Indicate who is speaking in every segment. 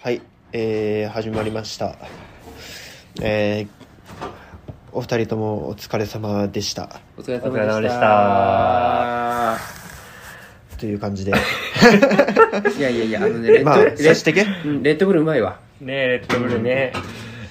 Speaker 1: はい、えー、始まりました。えー、お二人ともお疲れ様でした。
Speaker 2: お疲れ様でした。
Speaker 1: という 感じで。
Speaker 2: いやいやいや、あのね、レッド、
Speaker 1: まあ、レ
Speaker 2: ッドブルうまいわ。
Speaker 3: ねレッドブルね。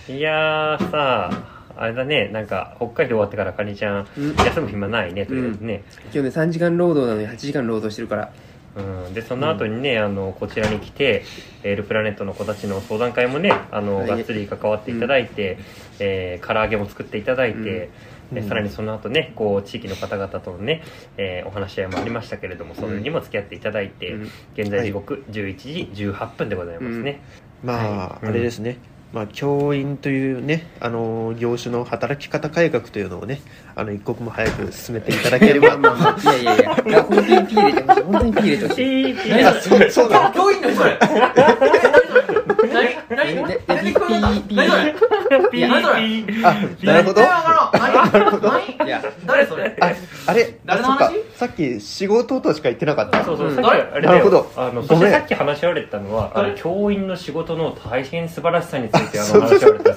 Speaker 3: いやーさあ、あれだね、なんか、北海道終わってからかりちゃん、休む暇ないね、とりあえずね、
Speaker 2: うん。今日ね、3時間労働なのに8時間労働してるから。
Speaker 3: うん、で、その後にね、あの、こちらに来て、エルプラネットの子たちの相談会もね、あの、はい、がっつり関わっていただいて、うん、えー、唐揚げも作っていただいて、うん、でさらにその後ね、こう、地域の方々とのね、えー、お話し合いもありましたけれども、それにも付き合っていただいて、うん、現在時刻11時18分でございますね。
Speaker 1: はい、まあ、あれですね、まあ、教員というね、あのー、業種の働き方改革というのをね、あの、一刻も早く進めていただければ。
Speaker 2: まあまあまあ、いやいやいや、本当にピー入れてほしい。本当にピー入れてほしい。
Speaker 1: そうだ。
Speaker 4: 教員のそれ。何何何ピーピー
Speaker 1: ピーあ、 なるほど。
Speaker 4: なるほど。いや、誰それ
Speaker 1: あ、あれ
Speaker 4: 誰の話
Speaker 1: さっき仕事としか言ってなかった。
Speaker 3: そうそう、
Speaker 1: なるほど。
Speaker 3: あの、そしてさっき話し合われたのは、あの、教員の仕事の大変素晴らしさについてあの話し合われた。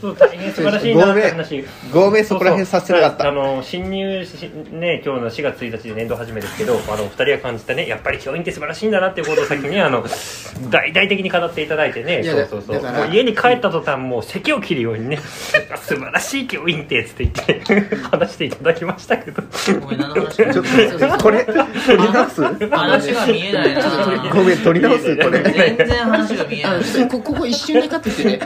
Speaker 3: そう、大変素晴らしいなって話。
Speaker 1: ごめん、そこら辺させなかった。
Speaker 3: あの、新入、ね、今日の4月1日で年度始めですけど、あの、お二人が感じたね、やっぱり教員って素晴らしいんだなっていうことを先に、あの、大々的に語っていただいてね、そうそうそう。もう家に帰った途端、もう席を切るようにね、 素晴らしい教員ってつって言って、話していただきましたけど。
Speaker 4: ごめん、何の話か。
Speaker 1: これ、取り直す
Speaker 4: 話が見えないな。
Speaker 1: ごめん、取り直すこれ。
Speaker 4: 全然話が見えない。
Speaker 2: ここ一瞬でカットしてね。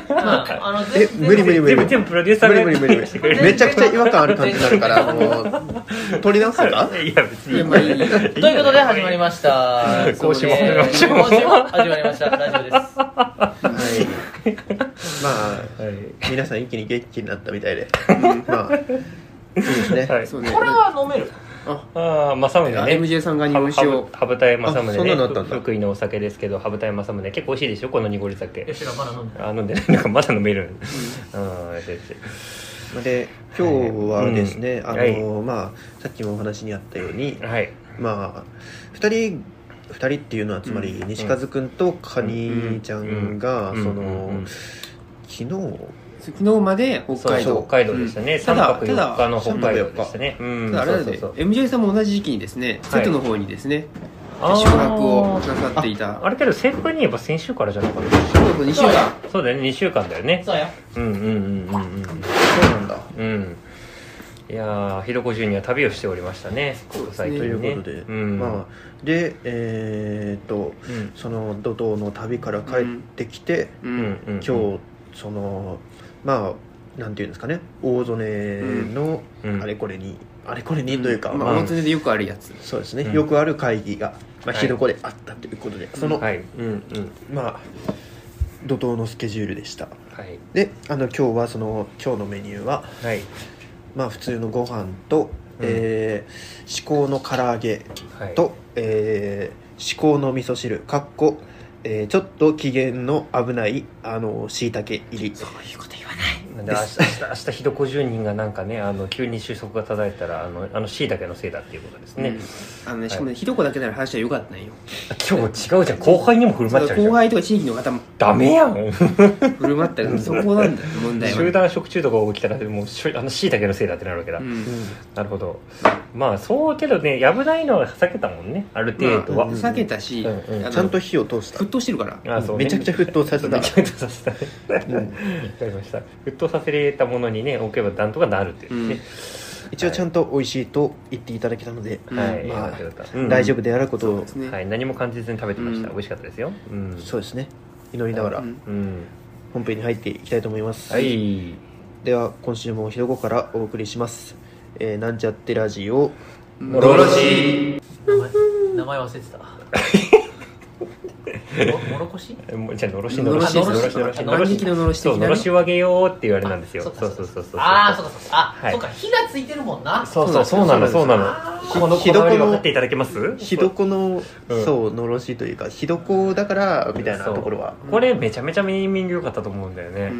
Speaker 1: え、無理無理無理。
Speaker 3: 全部プロデューサー
Speaker 1: 無理無理無理。めちゃくちゃ違和感ある感じになるから、もう、取り直すかい
Speaker 3: や、別に。
Speaker 4: ということで始まりました。
Speaker 3: 今週も
Speaker 4: 始まりました。ラジオです。
Speaker 1: はい。まあ、皆さん一気に元気になったみたいで、まあ、そうですね。
Speaker 4: これは飲める
Speaker 3: ああ、正宗ね。
Speaker 2: MJ さんが日本酒を。
Speaker 3: 羽二重正宗
Speaker 1: ね。
Speaker 3: 福井のお酒ですけど、羽二重正宗。結構美味しいでしょこの濁り酒。
Speaker 4: よしがまだ飲んで
Speaker 3: あ、飲んでない。なんかまだ飲める。うん。
Speaker 1: で、今日はですね、あの、まあ、さっきもお話にあったように、まあ、二人2人っていうのはつまり西和君とカニちゃんがその昨日
Speaker 2: 昨日まで北海道
Speaker 3: 北海道でしたね、うん、3泊4日の北海道でしたね
Speaker 2: ただあれなんで MJ さんも同じ時期にですね瀬戸の方にですね、宿泊をなさっていた
Speaker 3: あれけど正確に言えば先週からじゃなかった
Speaker 2: そうそう2週間
Speaker 3: そうだよね2週間だよね
Speaker 4: そうや
Speaker 3: うんうんうんうんうんそう
Speaker 1: なんだ
Speaker 3: うんいやひどこ中には旅をしておりましたね、
Speaker 1: 国際、ね、ということで、うん、まあ、で、えー、っと、うん、その怒涛の旅から帰ってきて、うん、今日、その、まあ、なんていうんですかね、大曽根のあれこれに、あれこれにというか、
Speaker 2: まあ、大曽根でよくあるやつ、
Speaker 1: そうですね、よくある会議が、まあ、ひどこであったということで、はい、その、はい、うんうん、まあ、怒涛のスケジュールでした。はい、で、あの今日はその今日のメニューは、はい。まあ、普通のご飯と、えー、至高の唐揚げと、はいえー、至高の味噌汁かっこ、えー、ちょっと機嫌の危ないあのしいたけ入り
Speaker 4: そういうこと言わない
Speaker 3: なんで明日明日ひどこ10人がなんかねあの急に収束がたたいたらあのあの椎茸のせいだっていうことですね、
Speaker 2: あのねしかもね、ひどこだけなら話はよかったんよ
Speaker 3: 今日違うじゃん後輩にも振る舞っちゃう
Speaker 2: 後輩とか地域の方も
Speaker 3: ダメやん
Speaker 2: 振る舞ったらそこなんだよ問題は
Speaker 3: 集団食中毒が起きたらもうしあの椎茸のせいだってなるわけだ、なるほどまあそうけどね危ないのは避けたもんねある程度は、
Speaker 2: 避けたし、ち
Speaker 1: ゃんと火を通した
Speaker 2: 沸騰してるから
Speaker 1: あそう、めちゃくちゃ沸騰させた
Speaker 3: めちゃくちゃさせたかりました沸騰させたものにね置けばなんとかなるっていうね、
Speaker 1: 一応ちゃんと美味しいと言っていただけたので、はい大丈夫であることを、
Speaker 3: はい、何も感じずに食べてました、美味しかったですよ、うん、
Speaker 1: そうですね祈りながら、本編に入っていきたいと思います、
Speaker 3: はい、
Speaker 1: では今週もひろこからお送りします、えー、なんちゃってラジオ
Speaker 4: もろろし名前忘れてたもろこし
Speaker 3: じゃのろし
Speaker 2: のろしのろしのろしのろしのろし
Speaker 3: のろしをあげようって言われなんですよそうそうそうそう
Speaker 4: ああそうかそうかあそうか火がついてるもんな
Speaker 3: そうそうそうなのそうなのこのこだわり分かっていただけます
Speaker 1: ひどこのそうのろしというかひどこだからみたいなところは
Speaker 3: これめちゃめちゃネーミング良かったと思うんだよね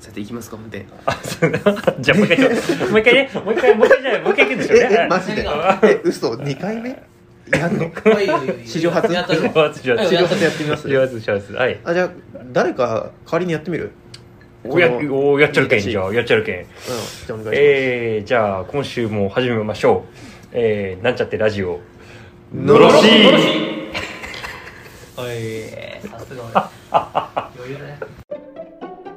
Speaker 2: さていきますか本
Speaker 3: 編 じゃあもう一回もう一回ねもう一回もう一回じゃもう一回いくんでしょうね
Speaker 1: マジでえ嘘2回目やんの
Speaker 4: はいはいはいはい
Speaker 1: 史上初
Speaker 4: やった
Speaker 3: り
Speaker 4: ぞ
Speaker 3: ますじゃあ
Speaker 1: 治療法でやってみます
Speaker 3: りますしますはい
Speaker 1: あじゃあ誰か代わりにやってみる
Speaker 3: おや
Speaker 1: うん、
Speaker 3: おやっちゃるけんじゃあやっちゃるけん
Speaker 1: じゃあお願いします、
Speaker 3: えー、じゃあ今週も始めましょうえー、なんちゃってラジオ
Speaker 1: の
Speaker 3: ろし
Speaker 4: はいさすが俺余裕だね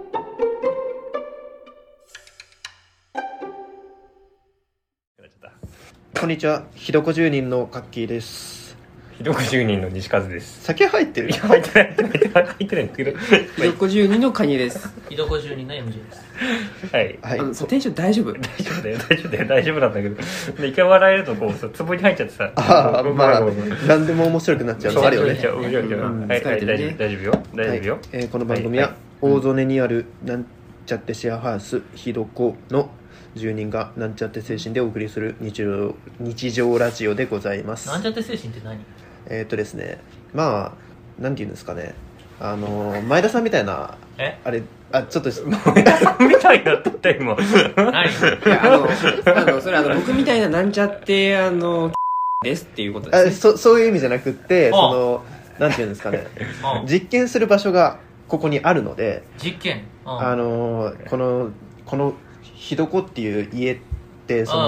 Speaker 1: こんにちはひどこ住人のカッキーです
Speaker 3: ひどく10人の西和です
Speaker 1: 酒入ってる
Speaker 3: いや入ってない入ってない入ってないんですけど
Speaker 2: ひどこ12のカニエです。
Speaker 4: ひどこ住人の MJ です
Speaker 3: はい
Speaker 1: は
Speaker 2: あ
Speaker 1: い
Speaker 2: のテンション大丈夫
Speaker 3: 大丈夫だよ大丈夫だよ大丈夫なんだけどで一回笑えるとこうさツボに入っちゃってさ
Speaker 1: ああ
Speaker 3: ごめん
Speaker 1: まあ
Speaker 3: ごめんごめん
Speaker 1: 何でも面白くなっちゃう
Speaker 3: そ
Speaker 1: の
Speaker 3: う
Speaker 1: あるよね
Speaker 3: 面白い面白い面白い
Speaker 2: うん
Speaker 3: はいはい
Speaker 2: 疲れ
Speaker 3: 大
Speaker 2: て
Speaker 3: 丈
Speaker 2: る
Speaker 3: 夫
Speaker 2: ね
Speaker 3: 大丈夫よ大丈夫よ
Speaker 1: はいえーこの番組は、
Speaker 3: はい
Speaker 1: 大曽根にあるなんちゃってシェアハウスひどこの住人がなんちゃって精神でお送りする日常日常ラジオでございます
Speaker 4: なんちゃって精神って何
Speaker 1: えーっとですねまあなんて言うんですかねあのー前田さんみたいな
Speaker 4: え
Speaker 1: あれあちょっと
Speaker 3: みたいなって言った今
Speaker 4: 何
Speaker 2: いやあのあのそれあの僕みたいななんちゃってあの ですっていうことで
Speaker 1: あ
Speaker 2: すね
Speaker 1: そそういう意味じゃなくって
Speaker 4: あ
Speaker 1: そのなんて言うんですかね
Speaker 4: うん
Speaker 1: 実験する場所がここにあるので
Speaker 4: 実験うん
Speaker 1: あのーこのこのひどこっていう家ってそ
Speaker 4: うんうん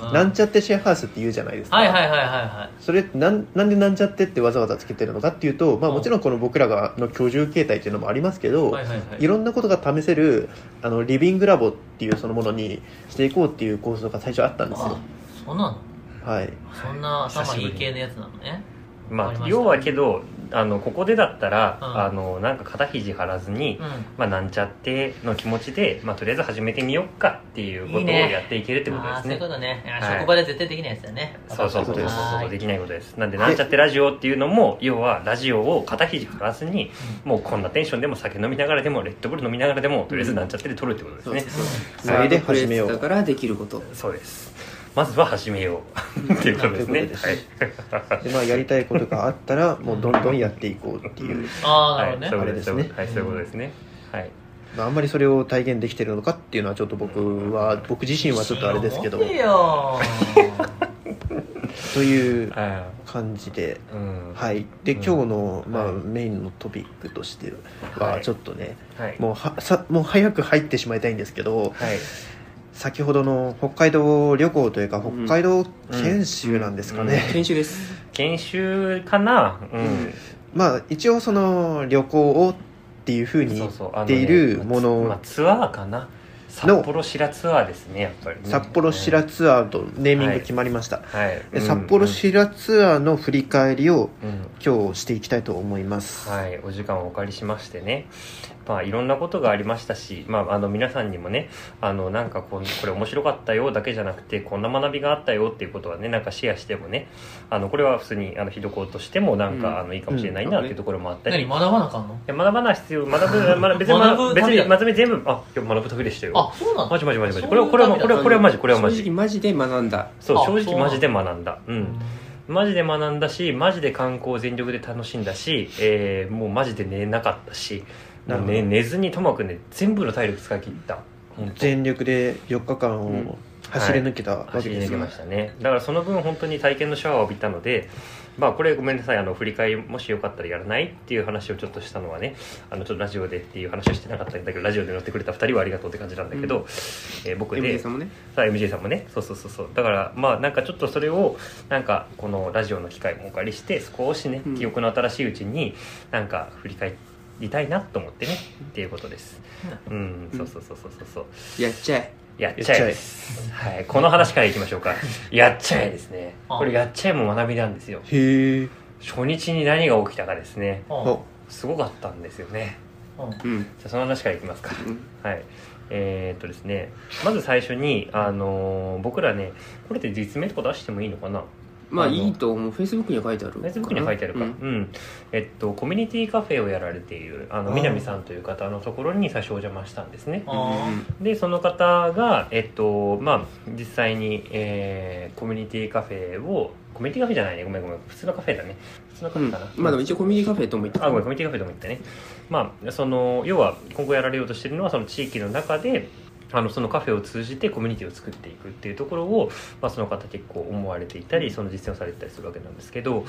Speaker 4: う
Speaker 1: の
Speaker 4: ん
Speaker 1: なんちゃってシェアハウスって言うじゃないですか
Speaker 4: はいはいはいはいは
Speaker 1: それなんなんでなんちゃってってわざわざつけてるのかっていうと、まあ、
Speaker 4: うん
Speaker 1: もちろんこの僕らがの居住形態っていうのもありますけど、
Speaker 4: いはいはいはい
Speaker 1: いろんなことが試せるあのリビングラボっていうそのものにしていこうっていう構想が最初あったんです
Speaker 4: あ
Speaker 1: よ、
Speaker 4: そうなの
Speaker 1: はい、
Speaker 4: そんな頭いい
Speaker 3: 久しぶりに
Speaker 4: 系のやつなのねわ
Speaker 3: ま
Speaker 4: かりま
Speaker 3: あ
Speaker 4: した
Speaker 3: 要はけどあのここでだったら、
Speaker 4: うん
Speaker 3: あのなんか肩肘張らずに、
Speaker 4: うん
Speaker 3: まあ、なんちゃっての気持ちで、まあ、とりあえず始めてみようかっていうことを
Speaker 4: いいね
Speaker 3: やっていけるってことで
Speaker 4: あ
Speaker 3: す
Speaker 4: あそうい
Speaker 3: ね
Speaker 4: うことねあ
Speaker 3: はい
Speaker 4: 職場で絶対できないやつだね
Speaker 3: そうそうそうそう
Speaker 1: わ
Speaker 4: かった
Speaker 3: そう
Speaker 4: はい
Speaker 3: できないことですなんでなんちゃってラジオっていうのも要はラジオを肩肘張らずにもうこんなテンションでも酒飲みながらでもレッドブル飲みながらでもとりあえずなんちゃってで撮るってことです
Speaker 2: そう
Speaker 3: ね
Speaker 2: そう、そう
Speaker 1: それで始めよう
Speaker 2: サードプレイスだからできること
Speaker 3: そうですまずは始めよう っていうことです
Speaker 1: とい
Speaker 3: ね
Speaker 1: うこと
Speaker 3: はい
Speaker 1: でまあ、やりたいことがあったらもうどんどんやっていこうっていう、
Speaker 4: ああ
Speaker 3: は
Speaker 4: ないるほど
Speaker 3: そう
Speaker 4: ね
Speaker 3: いうことで
Speaker 1: あ
Speaker 3: す
Speaker 1: れですね
Speaker 3: はいそういうことですねはい
Speaker 1: まあ、あんまりそれを体現できてるのかっていうのはちょっと僕は僕自身はちょっとあれですけど
Speaker 4: 持 てよ
Speaker 1: という
Speaker 3: あ
Speaker 1: 感じで
Speaker 3: ーうん
Speaker 1: はい、で
Speaker 3: う
Speaker 1: 今
Speaker 3: ん
Speaker 1: 日の、まあ
Speaker 3: はい
Speaker 1: メインのトピックとして
Speaker 3: は
Speaker 1: はいちょっとね、
Speaker 3: はい
Speaker 1: もうはさもう早く入ってしまいたいんですけど
Speaker 3: はい
Speaker 1: 先ほどの北海道旅行というか
Speaker 2: うん
Speaker 1: 北海道研修なんですかね、
Speaker 2: 研修です
Speaker 3: 研修かなうん
Speaker 1: まあ一応その旅行をっていうふうに
Speaker 3: そうそうあ
Speaker 1: 言っ
Speaker 3: のね
Speaker 1: ているも
Speaker 3: まあ
Speaker 1: の
Speaker 3: ツアーかな札幌白ツアーですねやっぱりね
Speaker 1: 札幌白ツアーとネーミング決まりました、
Speaker 3: はい
Speaker 1: で札幌白ツアーの振り返りを
Speaker 3: うんうん
Speaker 1: 今日していきたいと思います、
Speaker 3: はい、お時間をお借りしましてね、まあ、いろんなことがありましたし、まあ、あの皆さんにもねあのなんかこうこれ面白かったよだけじゃなくてこんな学びがあったよっていうことはねなんかシェアしてもねあのこれは普通にあのひどこうとしてもなんか、
Speaker 2: うん
Speaker 3: あのいいかもしれないなっていうところもあったり、
Speaker 4: 何学ばなあかんの
Speaker 3: いや学ばない必要学ぶ 学ぶ別に学ぶ
Speaker 4: 学ぶ
Speaker 3: 別
Speaker 4: 旅だ
Speaker 3: に学び全部あ今日学ぶ旅でしたよ
Speaker 4: あそうなの
Speaker 3: マジマジマジマジ
Speaker 4: そういう
Speaker 3: これはこれは
Speaker 4: 旅だ
Speaker 3: これはこれはマジこれはマ
Speaker 2: 正
Speaker 3: ジ
Speaker 2: 直マジで学んだ
Speaker 3: そう
Speaker 4: あ
Speaker 3: 正
Speaker 4: そ
Speaker 3: 直
Speaker 4: うなんだ
Speaker 3: マジで学んだうんマジで学んだしマジで観光を全力で楽しんだし、えーもうマジで寝なかったし
Speaker 1: な
Speaker 3: も
Speaker 1: る
Speaker 3: う
Speaker 1: ほど
Speaker 3: ね、寝ずにともかくね全部の体力使い切った本当
Speaker 1: 全力で4日間を走り抜けたわ
Speaker 3: 走
Speaker 1: け
Speaker 3: り
Speaker 1: で
Speaker 3: 抜
Speaker 1: す
Speaker 3: け
Speaker 1: よ、
Speaker 3: ましたねだからその分本当に体験のシャワーを浴びたのでまあこれごめんなさいあの振り返りもしよかったらやらないっていう話をちょっとしたのはねあのちょっとラジオでっていう話をしてなかったんだけどラジオで乗ってくれた2人はありがとうって感じなんだけど、
Speaker 2: うん
Speaker 3: えー僕
Speaker 2: MJ
Speaker 3: で
Speaker 2: さんもね
Speaker 3: さあ MJ さんもねそうそうそうそうだからまあなんかちょっとそれをなんかこのラジオの機会もお借りして少しね
Speaker 2: うん
Speaker 3: 記憶の新しいうちになんか振り返りたいなと思ってねっていうことですうんそうそうそうそうそうそう
Speaker 2: やっちゃえ
Speaker 3: やっちゃえですはいこの話からいきましょう かやっちゃえですね
Speaker 4: あ
Speaker 3: これやっちゃえも学びなんですよ
Speaker 1: へえ
Speaker 3: 初日に何が起きたかですね
Speaker 4: うん
Speaker 1: お
Speaker 3: すごかったんですよね
Speaker 4: うん
Speaker 2: うん
Speaker 3: じゃあその話からいきますか
Speaker 2: うん
Speaker 3: はい、えーっとですねまず最初に、あのー僕らねこれって実名とか出してもいいのかな
Speaker 2: まあ
Speaker 3: あの
Speaker 2: いいと思うフェイスブックには書いてある
Speaker 3: フェイスブックには書いてあるか、
Speaker 2: う
Speaker 3: うん
Speaker 2: ん
Speaker 3: えっと、コミュニティカフェをやられているあの
Speaker 1: あー
Speaker 3: 南さんという方のところに最初お邪魔したんですね
Speaker 4: あー
Speaker 3: でその方が、えっとまあ、実際に、えーコミュニティカフェをコミュニティカフェじゃないねごめんごめん普通のカフェだね普通のカ
Speaker 2: う
Speaker 3: フ
Speaker 2: ん
Speaker 3: ェかな、
Speaker 2: まあでも一応コミュニティカフェとも言ってた
Speaker 3: あごめんコミュニティカフェでも言ったねまあその要は今後やられようとしてるのはその地域の中であのそのカフェを通じてコミュニティを作っていくっていうところを、まあ、その方結構思われていたりその実践をされてたりするわけなんですけど、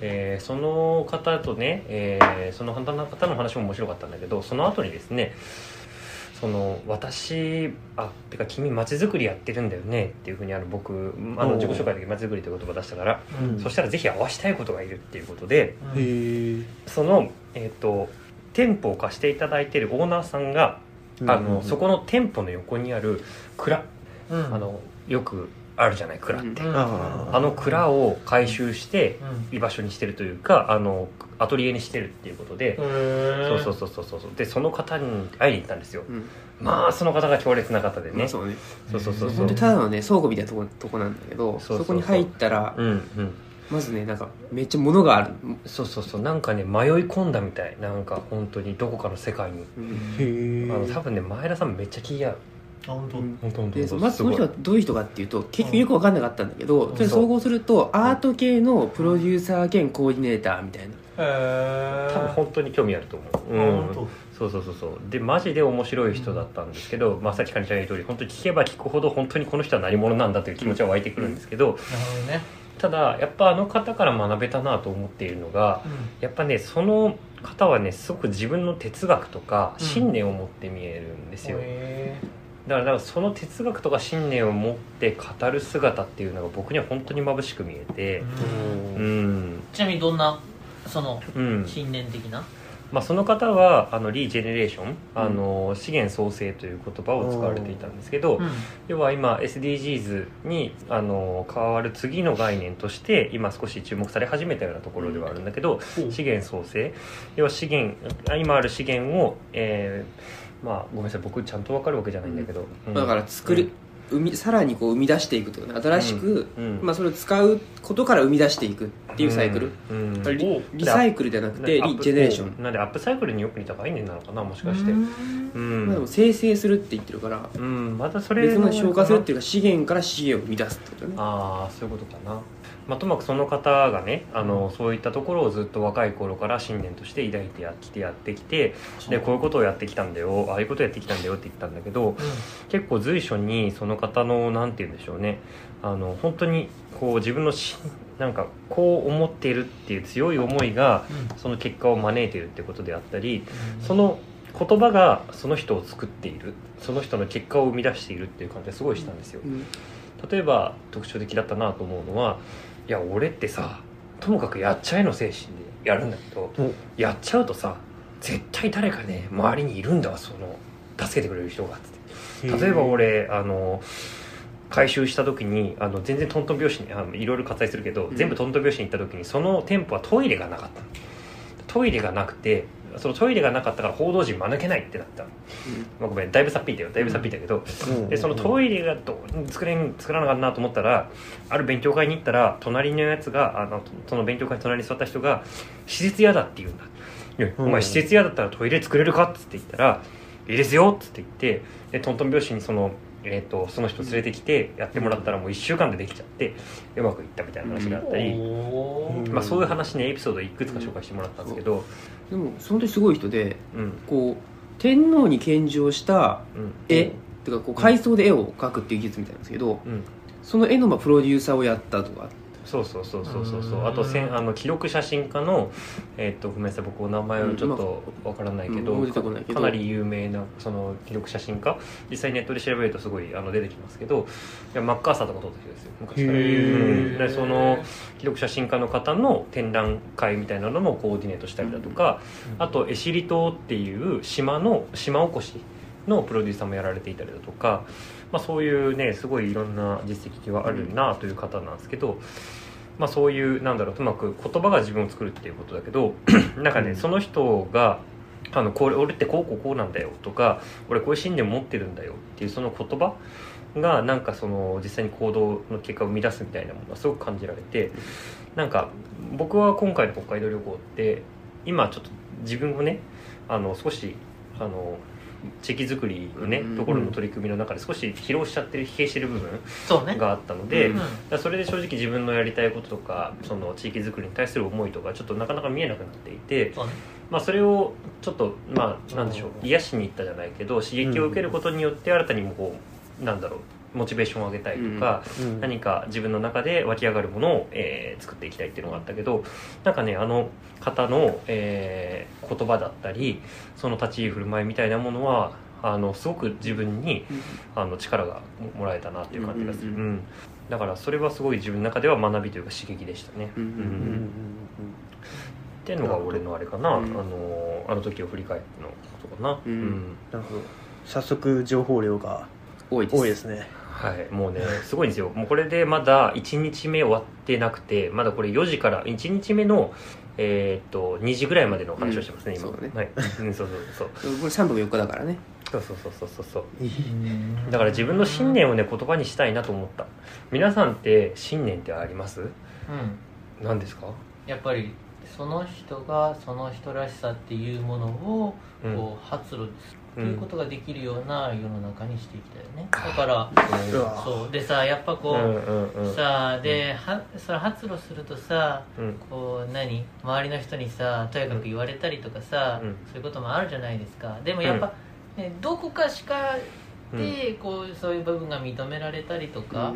Speaker 3: えーその方とね、えーその方の方の話も面白かったんだけどその後にですねその私あてか君まちづくりやってるんだよねっていうふうにあの僕あ
Speaker 1: おう
Speaker 3: の自己紹介の時まちづくりという言葉出したから、
Speaker 1: うん
Speaker 3: そしたらぜひ会わしたいことがいるっていうことで
Speaker 1: へえ
Speaker 3: その、えー、と店舗を貸していただいてるオーナーさんがあの、そこの店舗の横にある蔵、
Speaker 4: うんうん
Speaker 3: あのよくあるじゃない蔵って、
Speaker 2: うん
Speaker 1: あー
Speaker 3: あの蔵を改修して
Speaker 4: うん
Speaker 3: 居場所にしてるというかあのアトリエにしてるっていうことで、
Speaker 4: そ
Speaker 3: そうそうそうそうそうでその方に会いに行ったんですよ、
Speaker 2: うん
Speaker 3: まあその方が強烈な方でね、
Speaker 2: まあ
Speaker 3: そ
Speaker 2: そ
Speaker 3: う
Speaker 2: うね
Speaker 3: そうそうそ
Speaker 2: 本
Speaker 3: う
Speaker 2: 当にただのね倉庫みたいなとことこなんだけど
Speaker 3: そうそうそう
Speaker 2: そこに入ったら
Speaker 3: うんうん
Speaker 2: まずねなんかめっちゃ物がある、
Speaker 3: そうそうそうなんかね迷い込んだみたいなんか本当にどこかの世界に、
Speaker 2: うん
Speaker 1: へ
Speaker 3: あ
Speaker 1: え
Speaker 3: の多分ね前田さんめっちゃ気合う
Speaker 4: あ本当
Speaker 2: うん
Speaker 3: 本当本当
Speaker 2: でまずその人はどういう人かっていうと結
Speaker 4: うん
Speaker 2: 局よく分かんなかったんだけど、
Speaker 4: うん
Speaker 2: とりあえず総合するとアート系のプロデューサー兼コーディネーターみたいな、
Speaker 4: へえ
Speaker 3: 多分本当に興味あると思う、うん、
Speaker 4: 本
Speaker 3: そうそうそうそうでマジで面白い人だったんですけど、まあ、さっきカニちゃんが言う通り本当に聞けば聞くほど本当にこの人は何者なんだという気持ちは湧いてくるんですけど、
Speaker 4: 当なるほどね
Speaker 3: ただやっぱあの方から学べたなと思っているのがやっぱねその方はねすごく自分の哲学とか
Speaker 4: うん
Speaker 3: 信念を持って見えるんですよ、だか
Speaker 4: へ
Speaker 3: らだからその哲学とか信念を持って語る姿っていうのが僕には本当に眩しく見え
Speaker 4: え
Speaker 3: て
Speaker 4: うん
Speaker 3: うん
Speaker 4: ちなみにどんなその
Speaker 3: うん
Speaker 4: 信念的な
Speaker 3: まあ、その方はあのリージェネレーション、あの資源創生という言葉を使われていたんですけど、
Speaker 4: うん
Speaker 3: 要は今 SDGs にあの変わる次の概念として今少し注目され始めたようなところではあるんだけど、資源創生要は資源あ今ある資源を、えーまあ、ごめんなさい僕ちゃんと分かるわけじゃないんだけど、うん
Speaker 2: だから作る、生みさらにこう生み出していくというか新しく、
Speaker 3: うん
Speaker 2: まあ、それを使うことから生み出していくっていうサイクル、、
Speaker 3: うんうん
Speaker 2: リ
Speaker 3: お
Speaker 2: リサイクルじゃなくて
Speaker 3: なん
Speaker 2: リ
Speaker 3: で
Speaker 2: ジェネレーショ
Speaker 3: アップ
Speaker 2: ン、
Speaker 3: なんでアップサイクルによく似た概念なのかなもしかして
Speaker 4: うん
Speaker 3: うん
Speaker 2: まあ、でも生成するって言ってるから
Speaker 3: うん、またそれ
Speaker 2: 別の
Speaker 3: の
Speaker 2: 消化するっていうか資源から資源を生み出すってことね
Speaker 3: ああそういうことかな、まあ、ともかくその方がねあの、そういったところをずっと若い頃から信念として抱いてやってやってきてでこういうことをやってきたんだよああいうことをやってきたんだよって言ったんだけど結構随所にその方のなんて言うんでしょうねあの本当にこう自分のしなんかこう思っているっていう強い思いがその結果を招いているってことであったりその言葉がその人を作っているその人の結果を生み出しているっていう感じがすごいしたんですよ。
Speaker 2: うん
Speaker 3: 例えば特徴的だったなと思うのはいや俺ってさともかくやっちゃえの精神でやるんだけど、
Speaker 1: うん
Speaker 3: やっちゃうとさ絶対誰かね周りにいるんだわその助けてくれる人がつって例えば俺あの回収した時にあの全然トントン拍子にあのいろいろ割愛するけど、
Speaker 2: うん
Speaker 3: 全部トントン拍子に行った時にその店舗はトイレがなかったのトイレがなくてそのトイレがなかったから報道陣間抜けないってなったの、まあ、ごめんだいぶさっぴいたよだいぶさっぴいたけど、でそのト
Speaker 1: い
Speaker 3: イレがどうに作れん作らなかったなと思ったらある勉強会に行ったら隣のやつがあのその勉強会の隣に座った人が「施設嫌だ」って言うんだ「いや
Speaker 1: うん
Speaker 3: お前施設嫌だったらトイレ作れるか?」っつって言ったら「いいですよ」っつって言ってでトントン拍子にその,、えー、とその人連れてきてやってもらったらもう1週間でできちゃってうまくいったみたいな話があったり、
Speaker 4: おー
Speaker 3: まあ、そういう話ねエピソードいくつか紹介してもらったんですけど
Speaker 2: でも本当にすごい人で
Speaker 3: うん
Speaker 2: こう天皇に献上した
Speaker 3: うん
Speaker 2: 絵っていうかこう階層で絵を描くっていう技術みたいなんですけど
Speaker 3: うん
Speaker 2: その絵のまあプロデューサーをやったとか
Speaker 3: そうそうそうそうそうそううんあとせんあの記録写真家のえーっとごめんなさい僕お名前はちょっとわからないけど,、
Speaker 2: うんまあうん出てこないけど
Speaker 3: かなり有名なその記録写真家実際ネットで調べるとすごいあの出てきますけどいやマッカーサーとか撮った人ですよ昔から、
Speaker 1: へ
Speaker 3: うん
Speaker 1: ー
Speaker 3: でその記録写真家の方の展覧会みたいなのもコーディネートしたりだとか、あとエシリ島っていう島の島おこしのプロデューサーもやられていたりだとか、まあ、そういうねすごいいろんな実績はあるなという方なんですけど、まあ、そういうなんだろうともかく言葉が自分を作るっていうことだけど なんかね、
Speaker 1: うん
Speaker 3: その人があのこれ俺ってこうこうこうなんだよとか俺こういう信念持ってるんだよっていうその言葉がなんかその実際に行動の結果を生み出すみたいなものがすごく感じられてなんか僕は今回の北海道旅行って今ちょっと自分をねあの少しあの地域づくりのね、
Speaker 2: うん
Speaker 3: ところの取り組みの中で少し疲労しちゃってる疲弊してる部分
Speaker 4: そうね
Speaker 3: があったので、
Speaker 4: うん
Speaker 3: だからそれで正直自分のやりたいこととかその地域づくりに対する思いとかちょっとなかなか見えなくなっていて
Speaker 4: そうね
Speaker 3: まあ、それをちょっとまあなんでしょう癒しに行ったじゃないけど刺激を受けることによって新たにもこうなんだろうモチベーションを上げたいとか、
Speaker 1: うん
Speaker 3: 何か自分の中で湧き上がるものを、えー作っていきたいっていうのがあったけどなんかねあの方の、えー言葉だったりその立ち居振る舞いみたいなものはあのすごく自分にあの力がもらえたなっていう感じがする、
Speaker 2: うん
Speaker 3: う
Speaker 2: うん
Speaker 3: だからそれはすごい自分の中では学びというか刺激でしたね、
Speaker 2: うんうんうん
Speaker 1: うんうんうん
Speaker 3: っていうのが俺のあれかな、
Speaker 2: うん
Speaker 3: あのあの時を振り返るのことかな、
Speaker 2: うん
Speaker 1: なんか早速情報量が
Speaker 2: 多いです
Speaker 1: 多いですね
Speaker 3: はいもうねすごいんですよもうこれでまだ1日目終わってなくてまだこれ4時から1日目のえーっと2時ぐらいまでのお話をしてますね、
Speaker 2: うん
Speaker 3: 今
Speaker 2: そうだね
Speaker 3: はい、うん、そうそう
Speaker 2: これ3泊4日だからね
Speaker 3: そうそうそうそうそうそう
Speaker 4: うん
Speaker 3: だから自分の信念をね言葉にしたいなと思った皆さんって信念ってあります
Speaker 4: うん
Speaker 3: 何ですか
Speaker 4: やっぱりその人がその人らしさっていうものを
Speaker 3: うん
Speaker 4: こう発露す
Speaker 3: う
Speaker 4: るというんことができるような世の中にしていきたいよねだから
Speaker 1: うわ
Speaker 4: そうでさやっぱ
Speaker 3: う
Speaker 4: こ
Speaker 3: ん
Speaker 4: う、
Speaker 3: うんうん
Speaker 4: さあではそれ発露するとさ
Speaker 3: うん
Speaker 4: こう何周りの人にさとやかく言われたりとかさ、
Speaker 3: うん
Speaker 4: そういうこともあるじゃないですかでもやっぱ、ね、どこかしかでこうそういう部分が認められたりとか、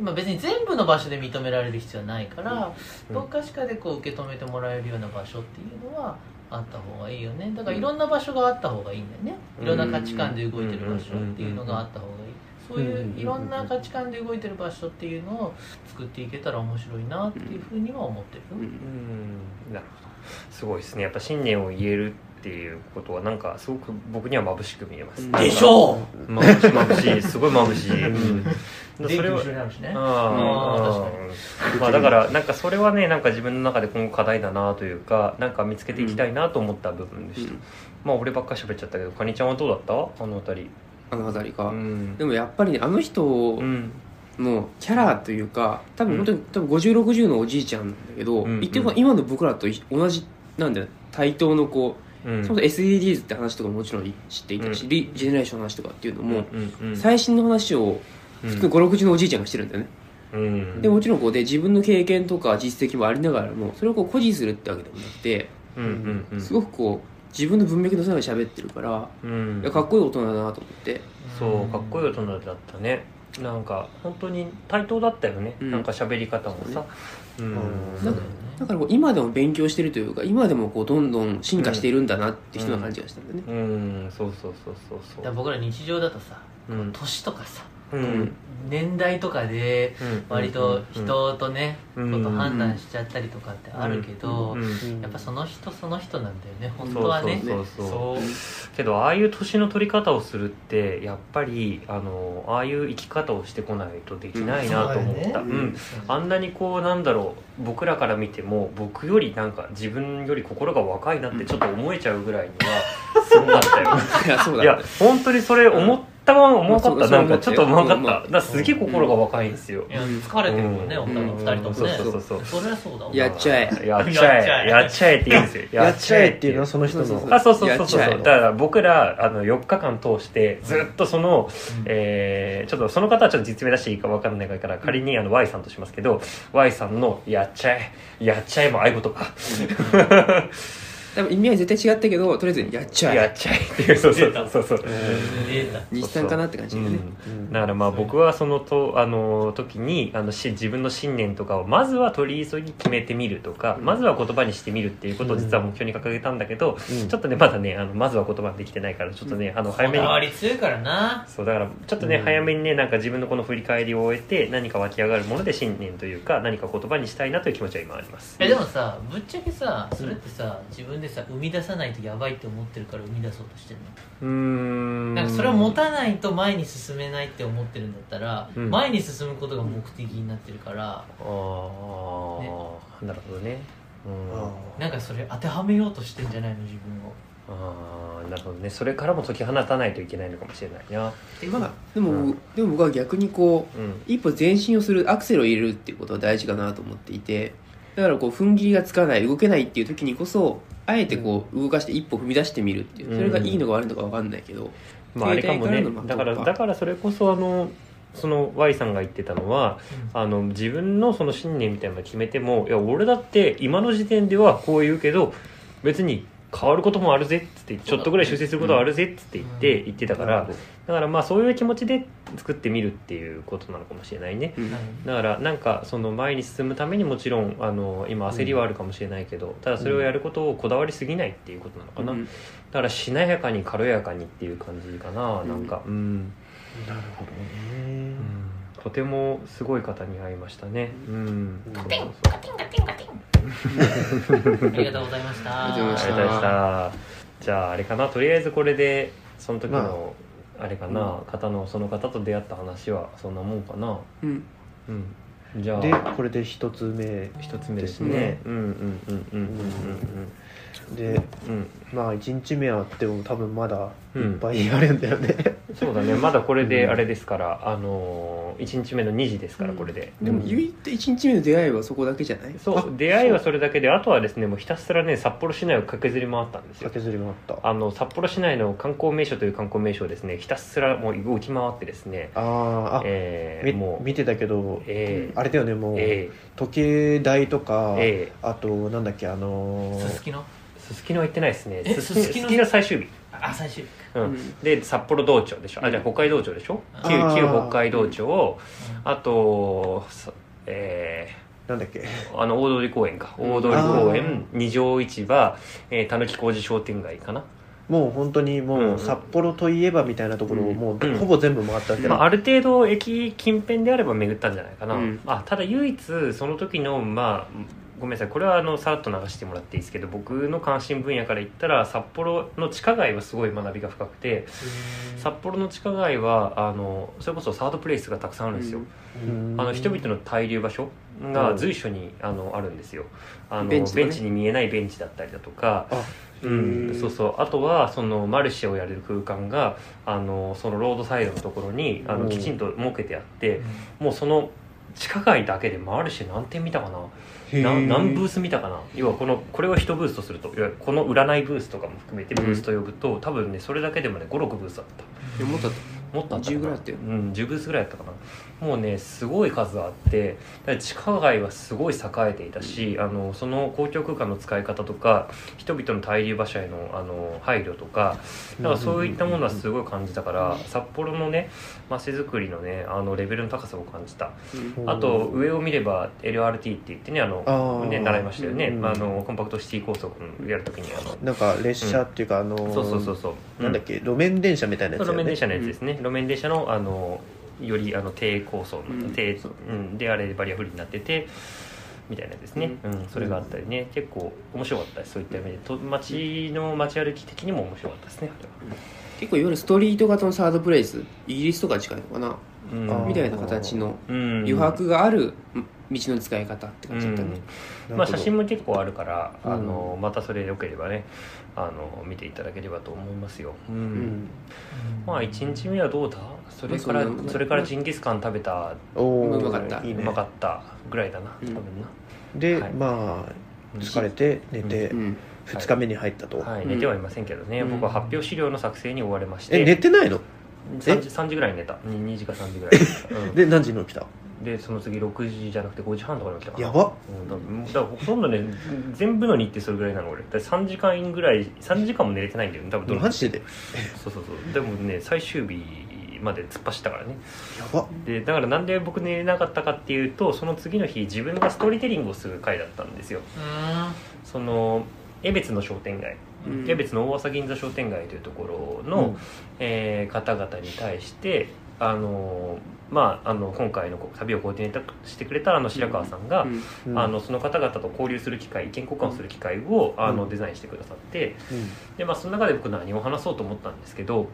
Speaker 4: まあ、別に全部の場所で認められる必要はないから、
Speaker 3: うん
Speaker 4: どっかしかでこう受け止めてもらえるような場所っていうのはあった方がいいよねだからいろんな場所があった方がいいんだよね
Speaker 3: うん
Speaker 4: いろんな価値観で動いてる場所っていうのがあった方がいいそう
Speaker 1: うん
Speaker 4: いういろんな価値観で動いてる場所っていうのを作っていけたら面白いなっていうふうには思ってる、
Speaker 3: うんなるほどすごいですねやっぱ信念を言えるっていうことはなんかすごく僕には眩しく見えます、
Speaker 2: うん
Speaker 4: でしょう
Speaker 3: まぶしい眩し いすごい眩しい、
Speaker 1: うん
Speaker 3: だ
Speaker 4: 電
Speaker 3: そ
Speaker 4: 気
Speaker 3: れ
Speaker 4: も
Speaker 3: は
Speaker 4: 一緒になるしね
Speaker 3: あ
Speaker 4: うん
Speaker 3: あまあだからなんかそれはねなんか自分の中で今後課題だなというかなんか見つけていきたいなと思った部分でした、まあ俺ばっかり喋っちゃったけどカニちゃんはどうだったあの辺り
Speaker 2: あの辺り
Speaker 3: う
Speaker 2: か、
Speaker 3: ん
Speaker 2: でもやっぱりねあの人
Speaker 3: うん
Speaker 2: のキャラというか多分本当に、多分5060のおじいちゃんなんだけど、
Speaker 3: うんうん
Speaker 2: 言っても今の僕らとい同じなんだよ対等のこ
Speaker 3: う
Speaker 2: う、
Speaker 3: ん
Speaker 2: そもそも SDGs って話とかももちろん知っていたし、
Speaker 3: うん
Speaker 2: リジェネレーションの話とかっていうのも、
Speaker 3: うんうん
Speaker 2: 最新の話を普通560のおじいちゃんがしてるんだよね、
Speaker 3: うん
Speaker 2: でもちろんこうで自分の経験とか実績もありながらもそれをこう誇示するってわけでもなくて
Speaker 3: うんうんうん
Speaker 2: すごくこう自分の文脈の中で喋ってるから、
Speaker 3: うん
Speaker 2: いやかっこいい大人だなと思って
Speaker 3: そうかっこいい大人だったねなんか本当に対等だったよね、
Speaker 2: うん
Speaker 3: なんか喋り方もさうん、
Speaker 4: そうだよね
Speaker 2: だからこう今でも勉強してるというか今でもこうどんどん進化しているんだなって人な感じがしたんだよね、
Speaker 3: うん、そうそうそうそう
Speaker 4: だか
Speaker 3: そ
Speaker 4: ら
Speaker 3: う
Speaker 4: 僕ら日常だとさ
Speaker 3: うん
Speaker 4: 年とかさ
Speaker 3: うん
Speaker 2: うん
Speaker 4: 年代とかで割と人とね、
Speaker 3: うん
Speaker 4: こと判断しちゃったりとかってあるけど、
Speaker 3: うんうん
Speaker 4: やっぱその人その人なんだよね
Speaker 3: そう
Speaker 4: 本当はね
Speaker 3: そうそうそう
Speaker 4: そう
Speaker 3: けどああいう年の取り方をするってやっぱりあのああいう生き方をしてこないとできないなと思った、
Speaker 2: うん
Speaker 3: うんあんなにこうなんだろう僕らから見ても僕よりなんか自分より心が若いなってちょっと思えちゃうぐらいにはすごかったよ
Speaker 2: いやそうだ
Speaker 3: いや本当にそれ思ったまま思わなかった、
Speaker 2: うん
Speaker 3: なんかちょっと思わなかった、
Speaker 2: そう思っ
Speaker 3: だからすげえ心が若いんですよ、
Speaker 4: いや疲れてるもんね、
Speaker 3: うん
Speaker 4: お互い2人ともね、
Speaker 3: うんそうそう
Speaker 4: そりゃそうだわ
Speaker 2: やっちゃえ
Speaker 3: やっちゃえや
Speaker 4: や
Speaker 3: っ
Speaker 4: っ
Speaker 3: ちゃえっていいんですよ
Speaker 1: やっちゃえっていうのはその人
Speaker 2: そうそう
Speaker 1: の
Speaker 3: あそうそうそうそう
Speaker 2: やっ
Speaker 3: だ
Speaker 2: ちゃ
Speaker 3: か
Speaker 2: え
Speaker 3: ら僕らあの4日間通してずっとその、
Speaker 4: うん
Speaker 3: えーちょっとその方はちょっと実名出していいか分かんないから仮にあの Y さんとしますけど Y さんの「やっちゃえやっちゃえ」も合言葉
Speaker 2: 多分意味は絶対違ったけどとりあえずやっ
Speaker 3: 「
Speaker 2: ちゃ
Speaker 3: や
Speaker 2: え
Speaker 3: っちゃえ」っていうそうそうそうそう
Speaker 4: データ
Speaker 2: 日産かなって感じだよね
Speaker 3: うんだからまあ僕はそのとあの時にあのし自分の信念とかをまずは取り急ぎ決めてみるとか、
Speaker 2: うん
Speaker 3: まずは言葉にしてみるっていうことを実は目標に掲げたんだけど、
Speaker 1: うん
Speaker 3: ちょっとねまだねあのまずは言葉にできてないからちょっとね、あの早め
Speaker 4: こ
Speaker 3: に
Speaker 4: だわり強いからな
Speaker 3: そうだからちょっとね、
Speaker 1: うん
Speaker 3: 早めにねなんか自分のこの振り返りを終えて何か湧き上がるもので信念というか何か言葉にしたいなという気持ちは今あります
Speaker 4: えでもさぶっちゃけさそれってさ自分でさ生み出さないとやばいって思ってるから生み出そうとしてるの
Speaker 3: うーん
Speaker 4: なんかそれを持たないと前に進めないって思ってるんだったら、
Speaker 3: うん
Speaker 4: 前に進むことが目的になってるから、
Speaker 3: ああ、なるほどねうん
Speaker 1: あ
Speaker 4: なんかそれ当てはめようとしてんじゃないの自分を
Speaker 3: あーなるほどねそれからも解き放たないといけないのかもしれないな
Speaker 2: まあで
Speaker 3: う
Speaker 2: も
Speaker 3: ん
Speaker 2: でも僕は逆にこう
Speaker 3: うん
Speaker 2: 一歩前進をするアクセルを入れるっていうことは大事かなと思っていてだからこう踏ん切りがつかない動けないっていう時にこそあえてこう動かして一歩踏み出してみるっていうそれがいいのか悪いのか分かんないけど、
Speaker 3: まああれかもね
Speaker 2: 停滞からの突破
Speaker 3: だからだからそれこそあのその Y さんが言ってたのはあの自分のその信念みたいなのを決めてもいや俺だって今の時点ではこう言うけど別に変わることもあるぜっつってちょっとぐらい修正することはあるぜっつって言って、
Speaker 4: うん
Speaker 3: 言ってたからだからまあそういう気持ちで作ってみるっていうことなのかもしれないね
Speaker 2: うん
Speaker 3: だからなんかその前に進むためにもちろんあの今焦りはあるかもしれないけど、ただそれをやることをこだわりすぎないっていうことなのかな、
Speaker 2: うん
Speaker 3: だからしなやかに軽やかにっていう感じかな、なんかうん、
Speaker 1: なるほどね
Speaker 3: とてもすごい方に会いましたねうん
Speaker 1: うん
Speaker 3: そうそうそう
Speaker 4: ありがとうございました。
Speaker 2: ありがとうござ
Speaker 3: あり
Speaker 2: いま
Speaker 3: がとうございましたじゃああれかなとりあえずこれでその時の、あれかな、方のその方と出会った話はそんなもんかな
Speaker 2: うん
Speaker 3: うんじゃ
Speaker 1: で
Speaker 3: あ
Speaker 1: これで一つ目
Speaker 3: 一つ目です
Speaker 1: で
Speaker 3: ねうんうんうんうんうん
Speaker 1: で
Speaker 3: うんうん
Speaker 1: まあ1日目あっても多分まだ
Speaker 3: う
Speaker 1: い
Speaker 3: ん
Speaker 1: っぱいあるんだよね、
Speaker 3: そうだねまだこれで
Speaker 1: うん
Speaker 3: あれですから、あのー、1日目の2時ですからこれで、
Speaker 2: でも唯一1日目の出会いはそこだけじゃない
Speaker 3: そう出会いはそれだけであとはですねもうひたすらね札幌市内を駆けずり回ったんですよ
Speaker 1: 酒ずりもあったあ
Speaker 3: あの札幌市内の観光名所という観光名所をですねひたすらもう動き回ってですね
Speaker 1: あーあ、
Speaker 3: え
Speaker 1: み
Speaker 3: ー、もう
Speaker 1: 見てたけど
Speaker 3: えー、
Speaker 1: あれだよねもう、
Speaker 3: え
Speaker 1: 時計台とか、
Speaker 3: ー、え
Speaker 1: あとなんだっけあの
Speaker 4: す
Speaker 1: ー
Speaker 4: すきの
Speaker 3: ー、すすきのは行ってないですね
Speaker 4: え
Speaker 3: すすき
Speaker 4: すすきの
Speaker 3: すすきの最終日、
Speaker 4: あ、最終日
Speaker 3: うん
Speaker 2: うん
Speaker 3: で札幌道庁でしょあじゃあ北海道庁でしょ旧
Speaker 1: あー
Speaker 3: 旧北海道庁を
Speaker 4: か。
Speaker 3: あとさえー
Speaker 1: なんだっけ
Speaker 3: あの大通公園か
Speaker 2: うん
Speaker 3: 大通公
Speaker 1: あー
Speaker 3: 園二条市場、えー、たぬき工事商店街かな、
Speaker 1: もう本当に
Speaker 3: うん
Speaker 1: も
Speaker 3: うん
Speaker 1: う札幌といえばみたいなところをもう
Speaker 3: うん
Speaker 1: ほぼ全部回ったわけ
Speaker 2: う
Speaker 1: だ、
Speaker 2: ん
Speaker 3: まあ、ある程度駅近辺であれば巡ったんじゃないかな、
Speaker 2: うん
Speaker 3: あただ唯一その時のまあごめんなさいこれはあのさらっと流してもらっていいですけど僕の関心分野から言ったら札幌の地下街はすごい学びが深くて札幌の地下街はあのそれこそサードプレイスがたくさんあるんですよ、
Speaker 1: うん
Speaker 3: あの人々の滞留場所が随所にあのあるんですよあのベ
Speaker 2: ベ
Speaker 3: ン
Speaker 2: ン
Speaker 3: チ
Speaker 2: チとね
Speaker 3: に見えないベンチだったりだとか
Speaker 1: あ
Speaker 3: うん
Speaker 1: へー
Speaker 3: そうそうあとはそのマルシェをやれる空間があのそのロードサイドのところにあ
Speaker 1: う
Speaker 3: の
Speaker 1: ん
Speaker 3: きちんと設けてあってもうその地下街だけでマルシェ何点見たかな何何ブース見たかな要はこのこれを1ブースとするといわゆるこの占いブースとかも含めてブースと呼ぶと、多分ねそれだけでもね56ブースだった。
Speaker 2: でももっと
Speaker 3: もっとあったかな
Speaker 2: 10ぐらいあったよ
Speaker 3: うん10ブースぐらいあったかなもうねすごい数あってだから地下街はすごい栄えていたし、あのその公共空間の使い方とか人々の滞留場所へのあの配慮とかだからそういったものはすごい感じたから、札幌のね街づくりのねあのレベルの高さを感じた
Speaker 1: うん
Speaker 3: あと上を見れば LRT って言ってねあの
Speaker 1: あー
Speaker 3: ね習いましたよね、
Speaker 1: うん
Speaker 3: あのコンパクトシティ高速のやるときにあの
Speaker 1: なんか列車っていうか、あのー
Speaker 3: そうそうそうそう、うん
Speaker 1: なんだっけ路面電車みたいなやつだ
Speaker 3: 路
Speaker 1: よね
Speaker 3: 面電車のやつですね、路面電車のあのよりあの低高層の、
Speaker 2: うん
Speaker 3: 低
Speaker 2: そう
Speaker 3: うん、であれバリアフリーになっててみたいなやつですね、うんそれがあったりね結構面白かったですそういった意味でと街の街歩き的にも面白かったですね
Speaker 2: 結構いわゆるストリート型のサードプレイスイギリスとかに近いのかな
Speaker 3: あれ
Speaker 1: あ
Speaker 3: は、
Speaker 1: ー
Speaker 2: みたいな形の
Speaker 3: うん、
Speaker 2: 余白がある道の使い方って
Speaker 3: う
Speaker 2: 感じだったね
Speaker 3: ん、まあ、写真
Speaker 1: も
Speaker 3: も結構あるから、
Speaker 1: うん
Speaker 3: あのまたそれよければねあの見ていただければと思いますよ、うん
Speaker 1: うん、
Speaker 3: まあ1日目はどうだそれか
Speaker 2: まあ
Speaker 3: ら
Speaker 2: そんなもん
Speaker 3: それからジンギスカン食べた
Speaker 1: おお
Speaker 2: うまかった
Speaker 1: いいうね
Speaker 3: まかったぐらいだな
Speaker 2: う
Speaker 3: 多
Speaker 2: ん
Speaker 3: 分な、
Speaker 1: で、
Speaker 3: はい
Speaker 1: まあ疲れて寝て
Speaker 2: うん
Speaker 1: 2日目に入ったと、
Speaker 3: はい、
Speaker 2: うん
Speaker 3: 寝てはいませんけどね、
Speaker 2: うん
Speaker 3: 僕は発表資料の作成に追われまし
Speaker 1: え
Speaker 3: て、
Speaker 1: 寝てないの
Speaker 3: 3, 時3時ぐらいに寝たに 2, 時か3時ぐら いに寝た、うんで
Speaker 1: で何時に起きた
Speaker 3: その次6時じゃなくて5時半とかに起きたかな
Speaker 1: やば
Speaker 3: うんだだからほとんどね全部の日程それぐらいなの俺だ3時間ぐらい3時間も寝れてないんだよね多分どの
Speaker 1: マジで
Speaker 3: そうそうそうでもね最終日まで突っ走ったからね
Speaker 1: やば
Speaker 3: でだからなんで僕寝れなかったかっていうとその次の日自分がストーリーテリングをする回だったんですよその江別の商店街
Speaker 2: うん
Speaker 3: 江別の大浅銀座商店街というところの、
Speaker 1: うん
Speaker 3: えー方々に対して、あのーまあ、あの今回のこう旅をコーディネートしてくれたあの白川さんが、
Speaker 2: うん
Speaker 1: うん
Speaker 3: あのその方々と交流する機会意見交換をする機会をあの
Speaker 1: うん
Speaker 3: デザインしてくださって
Speaker 1: うん
Speaker 3: で、まあ、その中で僕何を話そうと思ったんですけど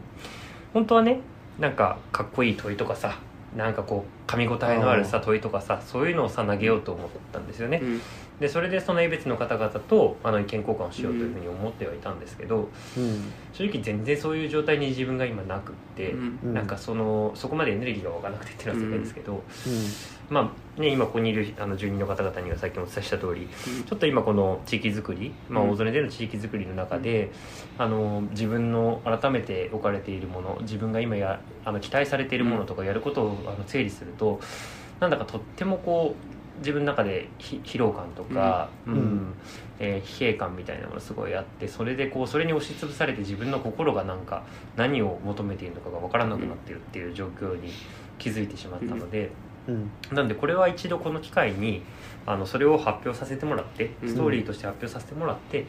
Speaker 3: 本当はねなんかかっこいい問いとかさなんかこう噛み応えのあるさ問いとかさそういうのをさ投げようと思ったんですよね。
Speaker 2: うん
Speaker 3: でそれでその江別の方々とあの意見交換をしようというふうに思ってはいたんですけど、
Speaker 1: うん
Speaker 3: 正直全然そういう状態に自分が今なくって、
Speaker 2: うん
Speaker 3: なんかそのそこまでエネルギーが湧かなくてっていうのは正解ですけど、まあね今ここにいるあの住人の方々にはさっきもお伝えした通りちょっと今この地域づくり、まあ、
Speaker 2: うん
Speaker 3: 大曽根での地域づくりの中で、あの自分の改めて置かれているもの自分が今やあの期待されているものとかやることをあの整理するとなんだかとってもこう自分の中でひ疲労感とか、うんえー疲弊感みたいなものすごいあってそれでこうそれに押しつぶされて自分の心がなんか何を求めているのかが分からなくなっているっていう状況に気づいてしまったので、
Speaker 1: うん
Speaker 3: なんでこれは一度この機会にあのそれを発表させてもらってストーリーとして発表させてもらって、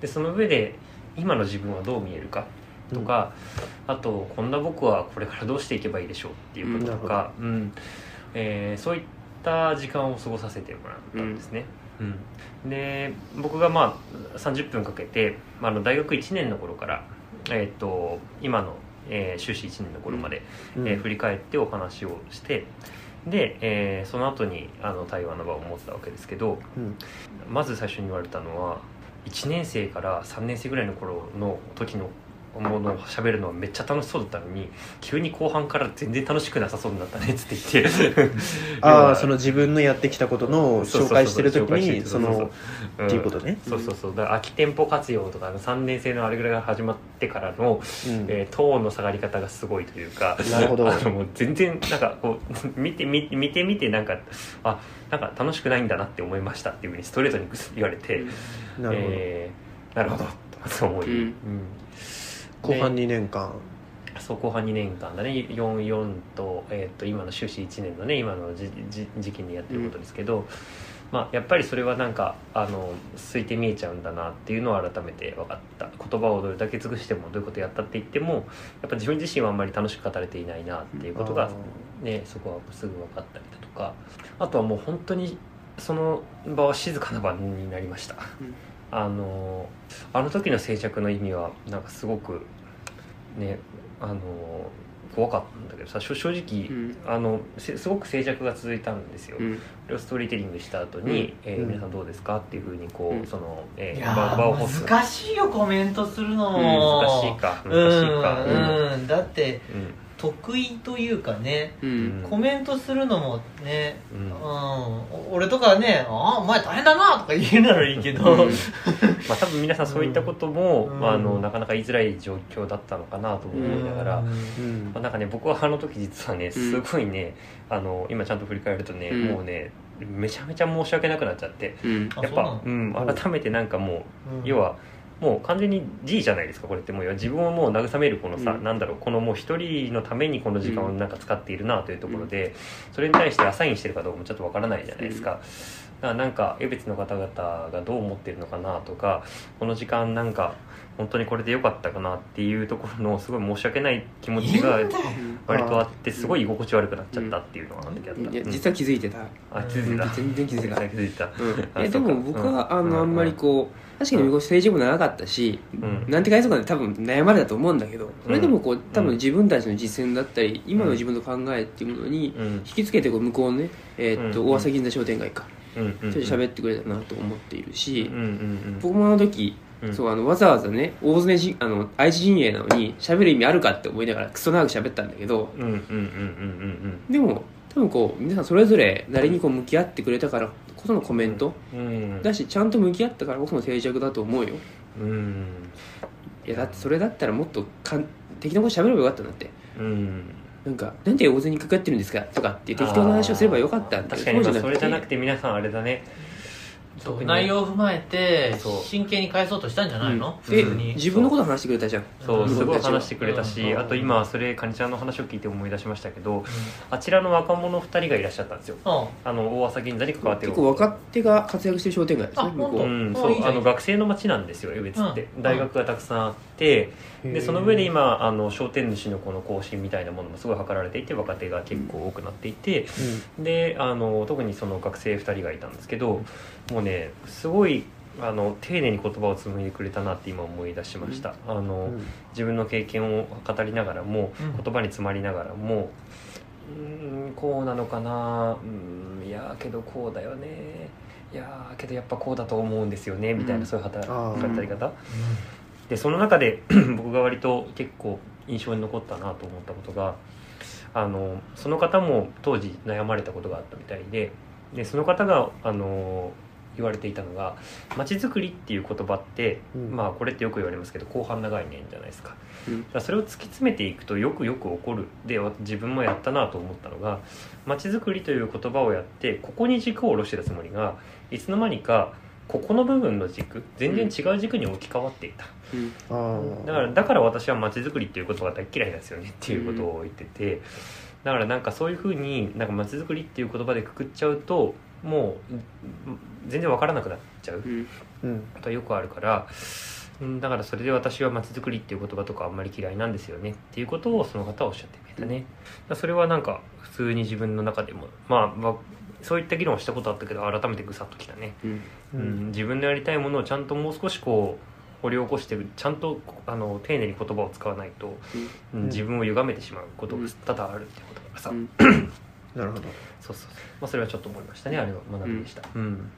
Speaker 3: でその上で今の自分はどう見えるかとか、あとこんな僕はこれからどうしていけばいいでしょうっていうこととか、うんえーそういった時間を過ごさせてもらったんですね。うんで僕がまあ30分かけて、まあ、あの大学1年の頃から、えー、と今の、えー修士1年の頃まで、
Speaker 1: うん
Speaker 3: えー振り返ってお話をしてで、えーその後にあの対話の場を持ってたわけですけど
Speaker 1: うん
Speaker 3: まず最初に言われたのは1年生から3年生ぐらいの頃の時のものを喋るのはめっちゃ楽しそうだったのに急に後半から全然楽しくなさそうになったねっつって言って
Speaker 1: ああその自分のやってきたことの
Speaker 3: そうそうそう
Speaker 1: 紹介してる時にそ
Speaker 3: そうそうそう
Speaker 1: の
Speaker 3: うん
Speaker 1: っていうことね
Speaker 3: そうそうそうだから空き店舗活用とかあの3年生のあれぐらいが始まってからの、
Speaker 1: うん
Speaker 3: えートーンの下がり方がすごいというか
Speaker 1: なるほど
Speaker 3: あのもう全然なんかこう 見て見て見て見てなんかあなんか楽しくないんだなって思いましたっていうふうにストレートに言われて、
Speaker 1: なるほど
Speaker 3: えーなるほどと思い、
Speaker 2: うん
Speaker 3: うん
Speaker 1: 後半
Speaker 3: で
Speaker 1: 2年間
Speaker 3: そう後半2年間だね44と,、えー、と今の修士1年のね今のじじ時期にやってることですけど、まあ、やっぱりそれはなんかあの空いて見えちゃうんだなっていうのは改めて分かった言葉をどれだけ尽くしてもどういうことやったって言ってもやっぱ自分自身はあんまり楽しく語れていないなっていうことが
Speaker 1: あー、
Speaker 3: ね、そこはすぐ分かったりだとかあとはもう本当にその場は静かな場になりました、
Speaker 2: うん
Speaker 3: あのあの時の静寂の意味はなんかすごくねあの怖かったんだけどさ正正直、
Speaker 2: うん
Speaker 3: あのせすごく静寂が続いたんですよ、
Speaker 2: うん
Speaker 3: これをストーリーテリングした後に、えー
Speaker 1: うん
Speaker 3: 皆さんどうですかっていうふうにこう、
Speaker 2: うん
Speaker 3: その、え
Speaker 4: い
Speaker 3: ー
Speaker 4: や
Speaker 3: 場場を持つ
Speaker 4: ー難しいよコメントするのも
Speaker 3: 難しいか
Speaker 4: う
Speaker 3: 難しいか
Speaker 4: ん、うん、だって
Speaker 3: うん
Speaker 4: 得意というかね
Speaker 2: う
Speaker 3: うん
Speaker 2: ん
Speaker 4: コメントするのもね
Speaker 3: う
Speaker 4: うんん、お俺とかね「ああお前大変だな」とか言えならいいけど、
Speaker 2: うん
Speaker 3: まあ、多分皆さんそういったことも、
Speaker 4: うん
Speaker 3: まあ、あのなかなか言いづらい状況だったのかなと思いながら、
Speaker 4: う
Speaker 3: ま
Speaker 1: う
Speaker 4: ん
Speaker 1: ん
Speaker 3: あ、なんかね僕はあの時実はねすごいね、あの今ちゃんと振り返るとね、
Speaker 2: うん
Speaker 3: もうねめちゃめちゃ申し訳なくなっちゃって
Speaker 2: うん
Speaker 4: あ
Speaker 3: やっ
Speaker 4: そうな
Speaker 3: ぱう
Speaker 4: の
Speaker 3: ん、改めてなんかもう、
Speaker 4: うん
Speaker 3: 要はもう完全に G じゃないですかこれってもう自分をもう慰めるこのさ、
Speaker 2: うん
Speaker 3: なんだろうこのもう一人のためにこの時間をなんか使っているなというところで、それに対してアサインしてるかどうかもちょっとわからないじゃないですか。だからなんか江別の方々がどう思ってるのかなとかこの時間なんか本当にこれで良かったかなっていうところのすごい申し訳ない気持ちが
Speaker 4: いいんだよ
Speaker 3: 割とあってすごい居心地悪くなっちゃったっていうのがあの時あった、
Speaker 2: いや
Speaker 3: うん
Speaker 2: 実は気づいてた
Speaker 3: あ気づいた
Speaker 2: 全然気づいて
Speaker 3: 実
Speaker 2: た
Speaker 3: は気づいた
Speaker 2: うん、
Speaker 3: あ
Speaker 2: え
Speaker 3: そ
Speaker 2: で
Speaker 3: うか
Speaker 2: も僕は
Speaker 3: うん
Speaker 2: あ
Speaker 3: うん
Speaker 2: のあんまりこう確かに政治部長かったし、
Speaker 3: ん
Speaker 2: なんて返そうかで多分悩まれたと思うんだけどそれでもこう多分自分たちの実践だったり今の自分の考えっていうものに
Speaker 3: うん
Speaker 2: 引き付けてこう向こうのね、えーっと
Speaker 3: うん
Speaker 2: 大浅銀座商店街か
Speaker 3: うんうん
Speaker 2: ちょっと喋ってくれたなと思っているし
Speaker 3: うんう、ん
Speaker 2: 僕もあの時、
Speaker 3: うん
Speaker 2: そうあのわざわざね大詰めじあの愛知陣営なのに喋る意味あるかって思いながらクソ長く喋ったんだけど
Speaker 3: うんうんうんうんうん
Speaker 2: でも多分こう皆さんそれぞれなりにこう向き合ってくれたからこそのコメント、
Speaker 3: うんうん
Speaker 2: だしちゃんと向き合ったからこその静寂だと思うよ
Speaker 3: うん
Speaker 2: いやだってそれだったらもっとかん適当なこと喋ればよかったんだって
Speaker 3: うん
Speaker 2: なんか「なんで大勢にかかってるんですか?」とかっていう適当な話をすればよかったんだ
Speaker 3: 確
Speaker 2: け
Speaker 3: か
Speaker 2: ど
Speaker 3: にまあそれじゃなく
Speaker 2: て
Speaker 3: て皆さんあれだね
Speaker 4: そう
Speaker 3: 特に
Speaker 4: 内容を踏まえて
Speaker 3: そう
Speaker 4: 真剣に返そうとしたんじゃないの、
Speaker 2: で
Speaker 4: 普通に
Speaker 2: 自分のこと話してくれたじゃん
Speaker 3: そう
Speaker 2: 自
Speaker 3: す
Speaker 2: 分
Speaker 3: ごい
Speaker 2: たちは
Speaker 3: 話してくれたし、
Speaker 4: うん
Speaker 3: あと今それかにちゃんの話を聞いて思い出しましたけどあちらの若者2人がいらっしゃったんですよ
Speaker 4: うんうん
Speaker 3: あの大朝銀座に関わって
Speaker 2: 結
Speaker 3: る
Speaker 2: 構若手が活躍してる商店街ですね
Speaker 4: あ
Speaker 2: 向
Speaker 4: 本
Speaker 2: こ
Speaker 4: 当
Speaker 2: う、
Speaker 3: うん、
Speaker 4: あ
Speaker 3: そ
Speaker 4: いいうじ
Speaker 3: あ
Speaker 4: ゃん
Speaker 3: の学生の街なんですよ江別って、
Speaker 4: うん
Speaker 3: 大学がたくさんあって、
Speaker 1: へ
Speaker 3: で
Speaker 1: ー
Speaker 3: その上で今あの商店主のこの更新みたいなものもすごい図られていて若手が結構多くなっていて、であの特にその学生2人がいたんですけどもうねすごいあの丁寧に言葉を紡いでくれたなって今思い出しました。あの、
Speaker 1: うんうん
Speaker 3: 自分の経験を語りながらも、
Speaker 4: うん
Speaker 3: 言葉に詰まりながらもうーんこうなのかなうーんいやーけどこうだよねいやーけどやっぱこうだと思うんですよねみたいな、
Speaker 2: うん
Speaker 3: そういう働
Speaker 1: あ
Speaker 2: ー
Speaker 3: 語り方、でその中で 僕が割と結構印象に残ったなと思ったことがあのその方も当時悩まれたことがあったみたいででその方があの言われていたのが街づくりっていう言葉って、
Speaker 1: うん
Speaker 3: まあこれってよく言われますけど広範な概念じゃないですか,、
Speaker 2: うん
Speaker 3: だからそれを突き詰めていくとよくよく起こるでわ自分もやったなと思ったのが街づくりという言葉をやってここに軸を下ろしてたつもりがいつの間にかここの部分の軸全然違う軸に置き換わっていた、
Speaker 1: あー
Speaker 3: だからだから私は街づくりっていうことが大嫌いなんですよねっていうことを言ってて、だからなんかそういうふうになんか街づくりっていう言葉でくくっちゃうともううん全然わからなくなっちゃう
Speaker 2: うん
Speaker 1: うん
Speaker 3: ことはよくあるからうんだからそれで私は街づくりっていう言葉とかあんまり嫌いなんですよねっていうことをその方はおっしゃってくれたね、だからそれはなんか普通に自分の中でもまあわそういった議論をしたことあったけど改めてぐさっときたね
Speaker 2: うん
Speaker 1: う
Speaker 3: うんん、自分のやりたいものをちゃんともう少しこう掘り起こしてちゃんとあの丁寧に言葉を使わないと、うん
Speaker 1: うん
Speaker 3: 自分を歪めてしまうこと
Speaker 2: う
Speaker 3: が
Speaker 2: ん
Speaker 3: 多々あるってことだからさ、
Speaker 2: うん
Speaker 1: なるほど
Speaker 3: そうそうそう、まあ、それはちょっと思いましたねあれは学びでしたうん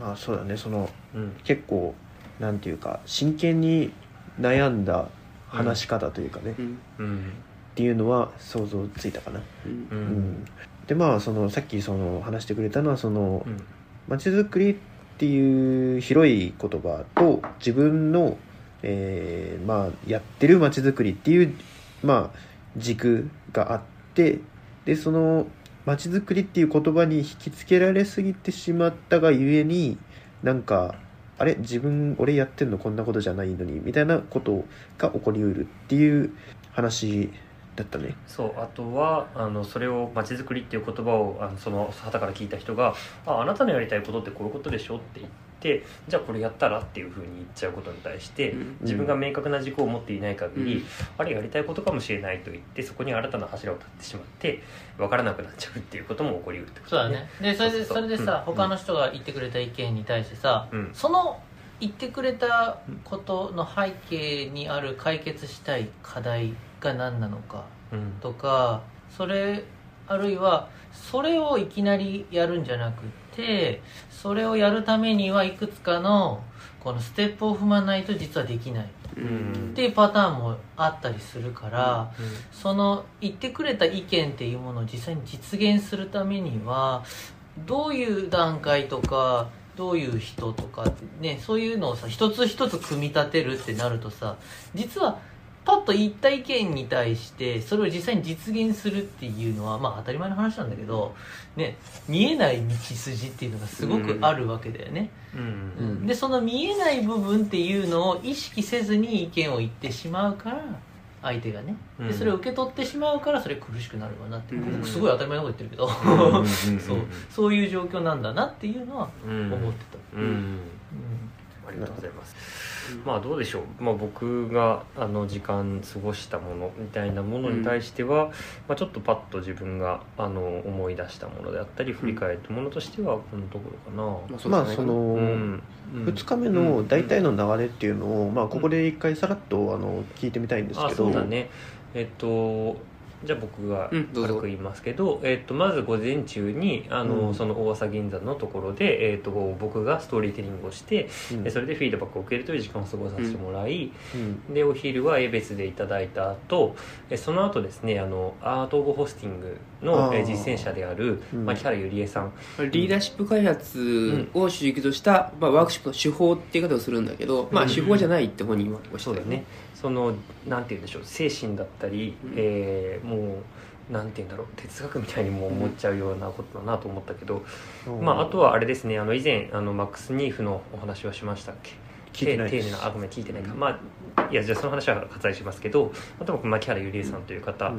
Speaker 1: まあそうだねその
Speaker 3: うん
Speaker 1: 結構なんていうか真剣に悩んだ話し方というかね、
Speaker 2: うん
Speaker 3: うん
Speaker 1: っていうのは想像ついたかな、
Speaker 2: うん
Speaker 3: う
Speaker 1: うん
Speaker 3: ん
Speaker 1: でまあそのさっきその話してくれたのはその
Speaker 3: うん
Speaker 1: 街づくりっていう広い言葉と自分の、えーまあ、やってる街づくりっていう、まあ、軸があってでその街づくりっていう言葉に引きつけられすぎてしまったがゆえになんかあれ自分俺やってんのこんなことじゃないのにみたいなことが起こりうるっていう話だったね。
Speaker 3: そうあとはあのそれを「まちづくり」っていう言葉をあのその旗から聞いた人が「ああなたのやりたいことってこういうことでしょ」って言って「じゃあこれやったら?」っていうふうに言っちゃうことに対して、自分が明確な軸を持っていない限り、
Speaker 2: うん
Speaker 3: あれやりたいことかもしれないと言ってそこに新たな柱を立ってしまって分からなくなっちゃうっていうことも起こりうるってこ
Speaker 4: そ
Speaker 3: と
Speaker 4: うだねでそれで
Speaker 3: そう
Speaker 4: そ
Speaker 3: そう
Speaker 4: れでさ、
Speaker 3: うん
Speaker 4: 他の人が言ってくれた意見に対してさ、
Speaker 3: うん
Speaker 4: その言ってくれたことの背景にある解決したい課題が何なのか
Speaker 3: うん
Speaker 4: とかそれあるいはそれをいきなりやるんじゃなくてそれをやるためにはいくつかのこのステップを踏まないと実はできないっ
Speaker 3: うん
Speaker 4: ていうパターンもあったりするから、その言ってくれた意見っていうものを実際に実現するためにはどういう段階とかどういう人とかねそういうのをさ一つ一つ組み立てるってなるとさ実はパッと言った意見に対してそれを実際に実現するっていうのはまあ当たり前の話なんだけど、ね、見えない道筋っていうのがすごくあるわけだよね。
Speaker 3: うん
Speaker 1: うん
Speaker 4: でその見えない部分っていうのを意識せずに意見を言ってしまうから相手がね
Speaker 3: う
Speaker 4: で
Speaker 3: ん
Speaker 4: それを受け取ってしまうからそれ苦しくなるわなって、
Speaker 2: うん
Speaker 4: 僕すごい当たり前のこと言ってるけ
Speaker 3: うん
Speaker 4: ど、
Speaker 3: うん
Speaker 4: そう そういう状況なんだなっていうのは
Speaker 3: うん
Speaker 4: 思ってた、
Speaker 3: うんうん
Speaker 4: う
Speaker 3: ありがとうございますまあどうでしょう、まあ、僕があの時間過ごしたものみたいなものに対しては、まあ、ちょっとパッと自分があの思い出したものであったり振り返ったものとしてはこのところかな。
Speaker 1: まあその、
Speaker 3: うんうん
Speaker 1: 2日目の大体の流れっていうのを、まあ、ここで一回さらっとあの聞いてみたいんです
Speaker 3: あ
Speaker 1: けど
Speaker 3: そうだねえっとじゃあ僕が
Speaker 2: うんどうぞ
Speaker 3: 軽く言いますけど、えっと、まず午前中にあの、
Speaker 1: うん
Speaker 3: その大浅銀座のところで、えっと、僕がストーリーテリングをして、
Speaker 1: うん
Speaker 3: でそれでフィードバックを受けるという時間を過ごさせてもらい、
Speaker 1: うん
Speaker 3: でお昼はエベスでいただいた後えその後ですねあのアート・オブ・ホスティング
Speaker 1: あ
Speaker 3: の
Speaker 1: ー
Speaker 3: え実践者である
Speaker 1: うん
Speaker 3: 牧原ゆりえさん、
Speaker 2: リーダーシップ開発を主軸とした、まあ、ワークショップの手法っていう言い方をするんだけど、まあ、
Speaker 3: うん
Speaker 2: 手法じゃないって本人はおっしゃ
Speaker 3: そう
Speaker 2: った
Speaker 3: だ
Speaker 2: よ
Speaker 3: ね
Speaker 2: ね。
Speaker 3: そのなんて言うんでしょう精神だったり、
Speaker 2: うん
Speaker 3: えーもうなんて言うんだろう哲学みたいにも思っちゃうようなことだなと思ったけど、まあ、あとはあれですねあの以前あのマックス・ニーフのお話はしましたっけ
Speaker 1: 聞いてない
Speaker 3: 丁
Speaker 1: で
Speaker 3: 丁寧
Speaker 1: す
Speaker 3: なあごめん聞いてないか、まあいやじゃあその話は割愛しますけどあと僕牧原ゆりえさんという方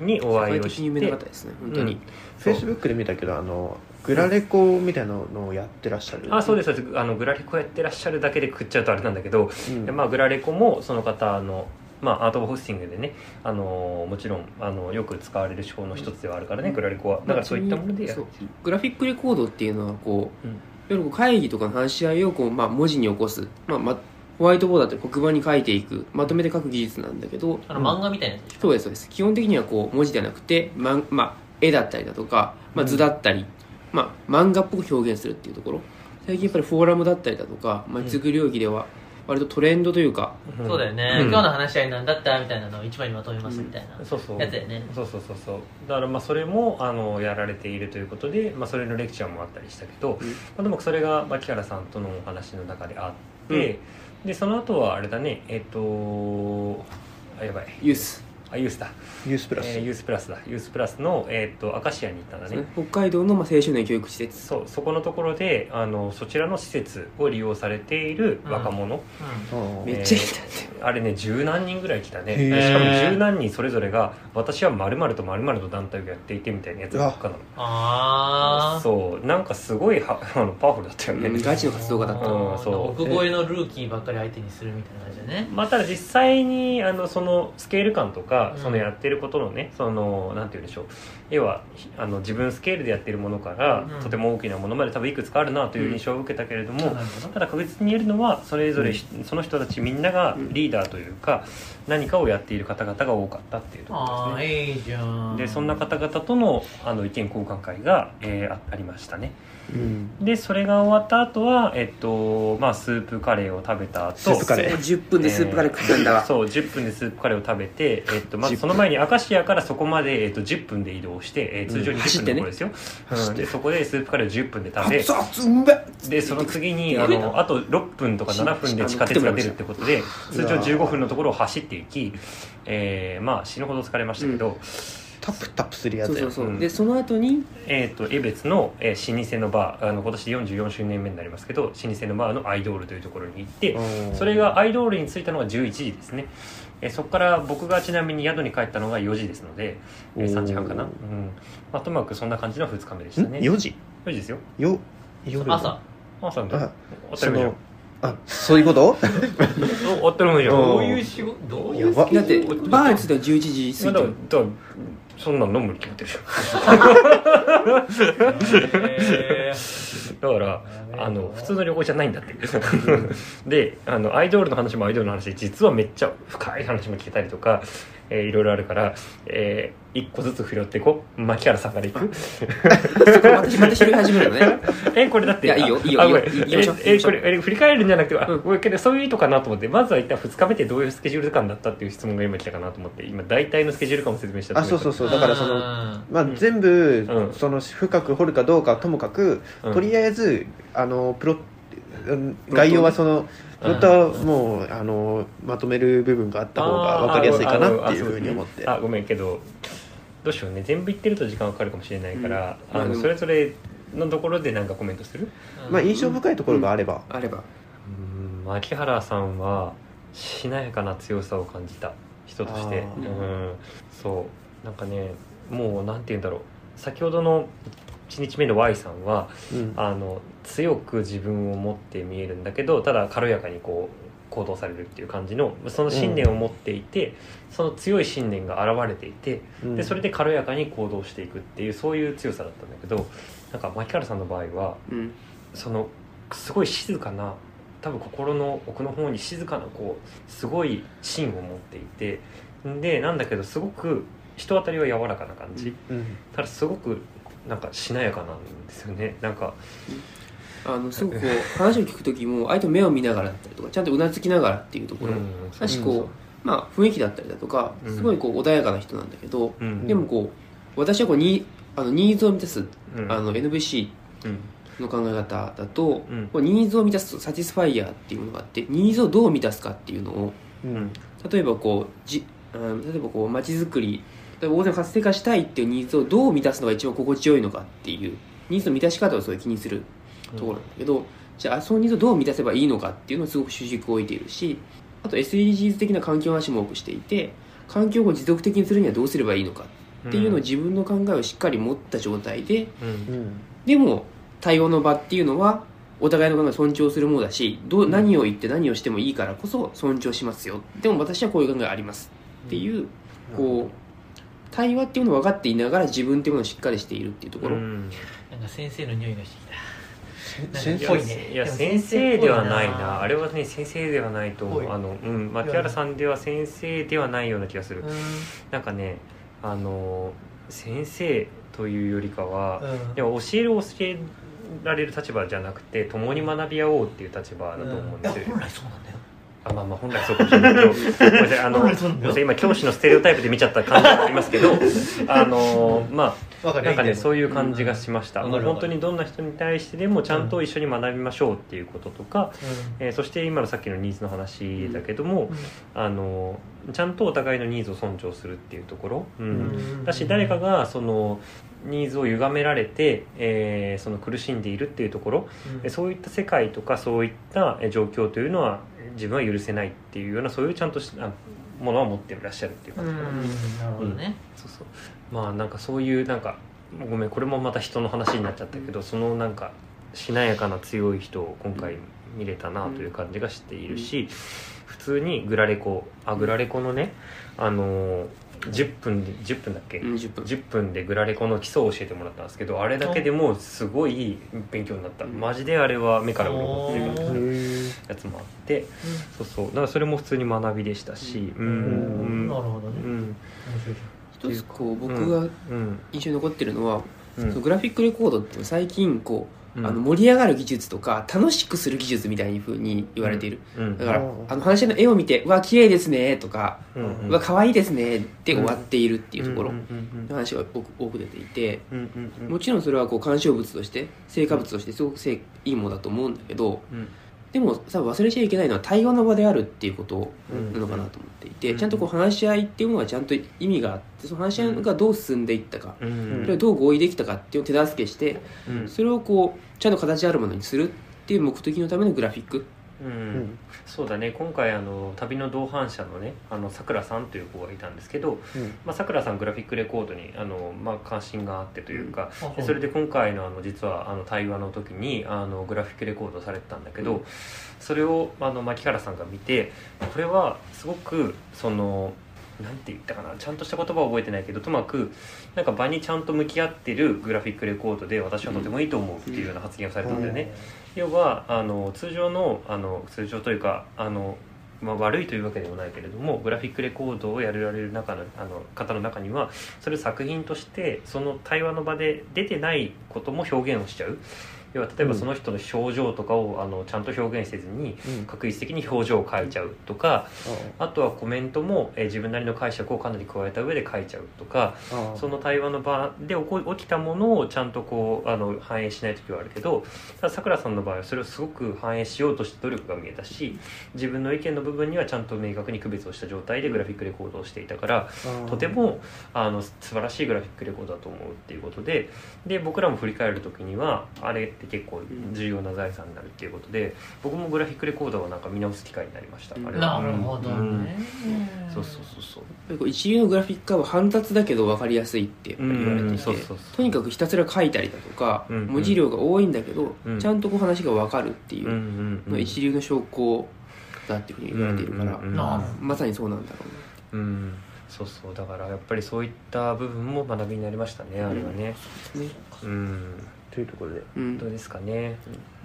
Speaker 3: にお
Speaker 2: 社
Speaker 3: 会
Speaker 2: 会
Speaker 3: いを
Speaker 2: 的
Speaker 3: して、
Speaker 2: に有名な方ですね、本当
Speaker 3: う
Speaker 2: に
Speaker 3: ん。
Speaker 1: フェイスブックで見たけどあのグラレコみたいなのをやってらっしゃる
Speaker 3: あそうですそうですあのグラレコやってらっしゃるだけで食っちゃうとあれなんだけど、
Speaker 1: うん
Speaker 3: でまあ、グラレコもその方の、まあ、アート・オブ・ホスティングでね、あのーもちろん、あのよく使われる手法の一つではあるからね、
Speaker 2: うん
Speaker 3: グラレコはだからそういったものでや
Speaker 2: そう
Speaker 3: る
Speaker 2: グラフィックレコードっていうのはこう、
Speaker 3: うん
Speaker 2: いわゆるこう会議とかの話し合いをこう、まあ、文字に起こす、まあま、ホワイトボードだって黒板に書いていくまとめて書く技術なんだけど
Speaker 4: んあの漫画みたいなやつでしょ
Speaker 2: そうですそうです基本的にはこう文字ではなくて、まんまあ、絵だったりだとか、まあ、図だったり、まあ、漫画っぽく表現するっていうところ最近やっぱりフォーラムだったりだとか街づくり領域では、割とトレンドというか
Speaker 3: うん
Speaker 4: そうだよね、
Speaker 3: うん
Speaker 4: 今日の話し合いなんだったみたいなのを一枚にまとめますみたいな、
Speaker 3: そうそう
Speaker 4: やつだよね
Speaker 3: そうそうそうそうだからまあそれもあのやられているということで、まあ、それのレクチャーもあったりしたけど、
Speaker 2: うん
Speaker 3: まあ、でもそれが牧原さんとのお話の中であって、でその後はあれだねえっ、とあやばい
Speaker 2: ユース
Speaker 3: あユースだ
Speaker 1: ニュースプラス、
Speaker 3: えーユースプラスだユースプラスの、えっとアカシアに行ったんだね
Speaker 2: 北海道のまあ青少年教育施設
Speaker 3: そうそこのところであのそちらの施設を利用されている若者、
Speaker 4: う
Speaker 1: うん
Speaker 2: めっちゃいいなって、
Speaker 3: あれね十何人ぐらい来たね
Speaker 1: へー
Speaker 3: しかも十何人それぞれが私はまるとまるの団体をやっていてみたいなやつばっかなの
Speaker 4: ん、ああ
Speaker 3: そうなんかすごいは あのパワフルだったよね、
Speaker 2: うんガチの活動家だった
Speaker 3: うんそう
Speaker 4: 奥越えのルーキーばっかり相手にするみたいな感じだね
Speaker 3: まあ、ただ実際にあのそのスケール感とか
Speaker 4: うん
Speaker 3: そのやってることのね、そのなんて言うんでしょう要はひあの自分スケールでやってるものから、
Speaker 4: うん
Speaker 3: とても大きなものまで多分いくつかあるなという印象を受けたけれども、
Speaker 4: なるほど
Speaker 3: ただ確実に言えるのはそれぞれ、その人たちみんながリーダーというか、何かをやっている方々が多かったっていうところです
Speaker 4: ああ
Speaker 3: ね
Speaker 4: いいじゃん
Speaker 3: でそんな方々とのあの意見交換会が、えーあありましたね
Speaker 1: うん
Speaker 3: でそれが終わった後はえっとまあスープカレーを食べた後
Speaker 1: スープカレー
Speaker 2: そう10分でスープカレー食ったんだわ、
Speaker 3: そう10分でスープカレーを食べて、えっと、まず
Speaker 1: 10分
Speaker 3: その前に明石家からそこまで、えっと、10分で移動して、えー通常
Speaker 2: うん
Speaker 3: に
Speaker 2: 走
Speaker 3: 10
Speaker 2: っ
Speaker 3: 分
Speaker 2: て
Speaker 3: の
Speaker 2: ね
Speaker 3: ところですよ、
Speaker 1: 走っ
Speaker 3: うん
Speaker 1: て
Speaker 3: でそこでスープカレーを10分で食べ
Speaker 1: 熱々うめっ
Speaker 3: でその次にあ
Speaker 2: やべえ
Speaker 3: のあと6分とか7分で地下鉄が出るってことで通常15分のところを走っていき、えーまあ死ぬほど疲れましたけど、
Speaker 1: タプタプするや
Speaker 2: そう
Speaker 1: つ
Speaker 2: そ
Speaker 1: や
Speaker 2: うそう、
Speaker 3: うん
Speaker 2: でその後に
Speaker 3: えー、と江別の、えー老舗のバーあの今年44周年目になりますけど老舗のバーのアイドールというところに行って
Speaker 1: うん
Speaker 3: それがアイドールに着いたのが11時ですね、えーそこから僕がちなみに宿に帰ったのが4時ですので、えー
Speaker 1: おー
Speaker 3: 3時半かな、うんまあ、ともかくそんな感じの2日目でした
Speaker 1: ん
Speaker 3: ね
Speaker 1: 4時
Speaker 3: 4時ですよ
Speaker 1: よ夜の
Speaker 4: 朝
Speaker 3: 朝の
Speaker 1: あ
Speaker 3: お
Speaker 1: そ
Speaker 3: 便りじゃ
Speaker 1: のあそういうこと
Speaker 3: んおお便りじゃん
Speaker 1: うん
Speaker 4: どういう仕事どうい
Speaker 1: や
Speaker 4: う
Speaker 1: ば
Speaker 2: だってバーに着いたら11時過ぎた
Speaker 3: だ
Speaker 2: の
Speaker 3: からだからそんなの飲むに決まってるじ
Speaker 4: へ
Speaker 3: ゃ
Speaker 4: ー
Speaker 3: んだからあの普通の旅行じゃないんだってであのアイドールの話もアイドールの話で実はめっちゃ深い話も聞けたりとか、えーいろいろあるから、え1個ずつ拾ってこう牧原さんからいく
Speaker 2: そこ私また拾い始めるのね
Speaker 3: えこれだって
Speaker 2: いやいいよいいよ
Speaker 3: あごめん
Speaker 2: いいよいいよ
Speaker 3: え
Speaker 2: いいよ
Speaker 3: えこれえ振り返るんじゃなくてあ
Speaker 2: うん
Speaker 3: ごめんけどそういう意図かなと思ってまずは一旦2日目ってどういうスケジュール感だったっていう質問が今来たかなと思って今大体のスケジュール感を説明したと
Speaker 1: あ
Speaker 3: 思
Speaker 1: そうそう
Speaker 3: け
Speaker 1: そうだからその
Speaker 4: の
Speaker 1: まあ
Speaker 3: うん
Speaker 1: 全部
Speaker 3: うん
Speaker 1: その深く掘るかどうかはともかく
Speaker 3: どうん
Speaker 1: とりあえずあのプロうん概要はそのプロットはもうあのまとめる部分があった方が分かりやすいかなっていうふうに思って
Speaker 3: あごめんけどどうしようね全部言ってると時間かかるかもしれないから、
Speaker 2: うん
Speaker 3: あ
Speaker 2: まあで
Speaker 3: の
Speaker 2: も
Speaker 3: それぞれのところで何かコメントする
Speaker 1: まあ印象深いところがあれば
Speaker 2: あれば
Speaker 3: うん牧原さんはしなやかな強さを感じた人として
Speaker 1: あ
Speaker 3: う
Speaker 2: ー
Speaker 3: んそうなんかねもうなんて言うんだろう先ほどの1日目の Y さんは
Speaker 1: うん
Speaker 3: あの強く自分を持って見えるんだけどただ軽やかにこう行動されるっていう感じのその信念を持っていて、その強い信念が現れていて
Speaker 1: うん
Speaker 3: でそれで軽やかに行動していくっていうそういう強さだったんだけどなんか牧原さんの場合は
Speaker 2: うん
Speaker 3: そのすごい静かな多分心の奥の方に静かなこうすごい芯を持っていてでなんだけどすごく人当たりは柔らかな感じ、
Speaker 2: うん
Speaker 1: うん
Speaker 3: ただすごくなんかしなやかなんですよねなんか
Speaker 2: あのすごくこう話を聞く時も相手の目を見ながらだったりとかちゃんとうなずきながらっていうところ、
Speaker 3: うん
Speaker 2: だしこう、
Speaker 1: うん
Speaker 2: まあ雰囲気だったりだとか
Speaker 3: うん
Speaker 2: すごいこう穏やかな人なんだけど、
Speaker 3: うん
Speaker 2: でもこう私はこうにあのニーズを満たす
Speaker 3: うん
Speaker 2: あの NVC
Speaker 3: うん
Speaker 2: の考え方だと、
Speaker 3: うん
Speaker 2: こうニーズを満たすとサティスファイヤーっていうものがあってニーズをどう満たすかっていうのを
Speaker 1: うん
Speaker 2: 例えばこうじ、うん、例えばこう街づくり例えば大勢の活性化したいっていうニーズをどう満たすのが一番心地よいのかっていうニーズの満たし方をすごい気にするところなんだけど、じゃあそのニーズをどう満たせばいいのかっていうのをすごく主軸を置いているしあと SDGs 的な環境の話も多くしていて環境を持続的にするにはどうすればいいのかっていうのを自分の考えをしっかり持った状態で
Speaker 3: うん
Speaker 1: うん
Speaker 2: でも対話の場っていうのはお互いの考えを尊重するものだしどう何を言って何をしてもいいからこそ尊重しますよでも私はこういう考えがありますっていうこう対話っていうのを分かっていながら自分っていうものをしっかりしているっていうところ、
Speaker 3: うん
Speaker 4: なんか先生の匂いがしてきた
Speaker 1: 先
Speaker 3: い
Speaker 1: 生
Speaker 4: ぽ
Speaker 3: や
Speaker 4: いね
Speaker 3: いや
Speaker 4: でも
Speaker 3: 先
Speaker 4: 先
Speaker 3: 生
Speaker 4: 生
Speaker 3: で
Speaker 4: で
Speaker 3: は
Speaker 4: は
Speaker 3: な
Speaker 4: ないい
Speaker 3: な
Speaker 4: な
Speaker 3: あれはね先生ではないと思
Speaker 4: ぽ
Speaker 3: う
Speaker 4: い
Speaker 3: あのうん牧原さんでは先生ではないような気がするなんかねあの先生というよりかは
Speaker 4: うん
Speaker 3: でも教える教えられる立場じゃなくて共に学び合おうっていう立場だと思うんですよ
Speaker 4: いや本来そうなんだよ
Speaker 3: あまあまあ本来そうかもしれないけどごめんなさいあのご
Speaker 4: 本
Speaker 3: め
Speaker 4: 来そうなんだ
Speaker 3: んなさい今教師のステレオタイプで見ちゃった感じがありますけどあのま
Speaker 1: わか
Speaker 3: あ
Speaker 1: る
Speaker 3: なんかねそう
Speaker 1: いう
Speaker 3: いう感じがしました、
Speaker 4: うん
Speaker 3: もう
Speaker 4: わかるわ
Speaker 3: 本当
Speaker 4: かる
Speaker 3: にどんな人に対してでもちゃんと一緒に学びましょうっていうこととか、えーそして今のさっきのニーズの話だけども、あのちゃんとお互いのニーズを尊重するっていうところ、うんだし誰かがそのニーズを歪められて、えーその苦しんでいるっていうところえそういった世界とかそういったえ状況というのはえ自分は許せないっていうようなそういうちゃんとしたあものは持っていらっしゃるっていう
Speaker 4: う
Speaker 3: 感
Speaker 4: ん
Speaker 3: じか
Speaker 4: う
Speaker 3: な、
Speaker 4: んなるほどね
Speaker 3: そうそうまあなんかそういうなんかごめんこれもまた人の話になっちゃったけどそのなんかしなやかな強い人を今回見れたなという感じがしているし普通にグラレコあグラレコのねあのー10分で10分だっけ、
Speaker 2: うん10分
Speaker 3: 10分でグラレコの基礎を教えてもらったんですけどあれだけでもすごい勉強になった
Speaker 2: うん
Speaker 3: マジであれは目から鱗っていう感じの
Speaker 1: ん
Speaker 3: やつもあってそうそうだからそれも普通に学びでしたしう
Speaker 4: うん
Speaker 3: ん
Speaker 4: なるほど
Speaker 3: う
Speaker 4: ね
Speaker 3: ん
Speaker 4: 面白い
Speaker 2: 一つこう僕が
Speaker 3: うん
Speaker 2: 印象に残ってるのは、
Speaker 3: うん
Speaker 2: そのグラフィックレコードって最近こう、
Speaker 3: うん
Speaker 2: あの盛り上がる技術とか楽しくする技術みたいに風に言われている、
Speaker 3: うん
Speaker 2: だから、
Speaker 1: うん
Speaker 2: あの話の絵を見て「うわ綺麗ですね」とか
Speaker 3: う
Speaker 2: 「うんわ可愛いですね」で終わっているっていうところ
Speaker 3: うん
Speaker 2: の話が多く多く出ていて
Speaker 3: うんうんうんうん
Speaker 2: もちろんそれはこう鑑賞物として成果物としてすごくせいいいものだと思うんだけど
Speaker 3: うん
Speaker 2: でもさ忘れちゃいけないのは対話の場であるっていうこと
Speaker 3: うん
Speaker 2: なのかなと思っていうて
Speaker 3: ん
Speaker 2: ちゃんとこう話し合いっていうものはちゃんと意味があってその話し合いがどう進んでいったか
Speaker 3: うんうん
Speaker 2: それをどう合意できたかっていうのを手助けして
Speaker 3: うん
Speaker 2: それをこうちゃんと形あるものにするっていう目的のためのグラフィック
Speaker 3: う
Speaker 1: うんん
Speaker 3: そうだね今回あの旅の同伴者のねあのさくらさんという子がいたんですけど
Speaker 1: うん
Speaker 3: まあさくらさんグラフィックレコードにあの、まあ、関心があってというか、
Speaker 4: あ
Speaker 3: でそれで今回のあの実はあの対話の時にあのグラフィックレコードをされてたんだけ
Speaker 2: う
Speaker 3: ど、
Speaker 2: ん
Speaker 3: それをあの牧原さんが見てこれはすごくそのなんて言ったかなちゃんとした言葉は覚えてないけどともかくなんか場にちゃんと向き合ってるグラフィックレコードで私はとてもいいと思うっていうような発言をされたんだよね。要はあの通常のあの通常というかあの、まあ、悪いというわけでもないけれどもグラフィックレコードをやられる中のあの方の中にはそれを作品としてその対話の場で出てないことも表現をしちゃう要は例えば
Speaker 1: うん
Speaker 3: その人の表情とかを、あのちゃんと表現せずに
Speaker 1: うん
Speaker 3: 確率的に表情を変えちゃうとかあとはコメントも、えー自分なりの解釈をかなり加えた上で書いちゃうとか
Speaker 1: ああ
Speaker 3: その対話の場で起こ起きたものをちゃんとこうあの反映しない時はあるけどたださくらさんの場合はそれをすごく反映しようとして努力が見えたし自分の意見の部分にはちゃんと明確に区別をした状態でグラフィックレコードをしていたから
Speaker 1: ああ
Speaker 3: とてもあの素晴らしいグラフィックレコードだと思うっていうことでで僕らも振り返る時にはあれって結構重要な財産になるっていうことで僕もグラフィックレコードをなんか見直す機会になりましたあれは
Speaker 4: なるほどね
Speaker 3: うんそうそうそうそう
Speaker 2: こう一流のグラフィッカーは煩雑だけど分かりやすいってやっぱり言われて
Speaker 3: うん
Speaker 2: い
Speaker 3: そ
Speaker 2: て
Speaker 3: うそうそう
Speaker 2: とにかくひたすら書いたりだとか
Speaker 3: うん
Speaker 2: 文字量が多いんだけど
Speaker 3: うん
Speaker 2: ちゃんとこう話が分かるっていううん
Speaker 3: うんう
Speaker 2: の
Speaker 3: ん
Speaker 2: 一流の証拠だっていうふうに言われているから
Speaker 3: うんうんうん
Speaker 4: なる
Speaker 2: まさにそうなんだろ
Speaker 3: うんそうそうだからやっぱりそういった部分も学びになりましたねあれはね
Speaker 2: うね
Speaker 3: うん
Speaker 1: というところで
Speaker 2: うん
Speaker 3: どうですかね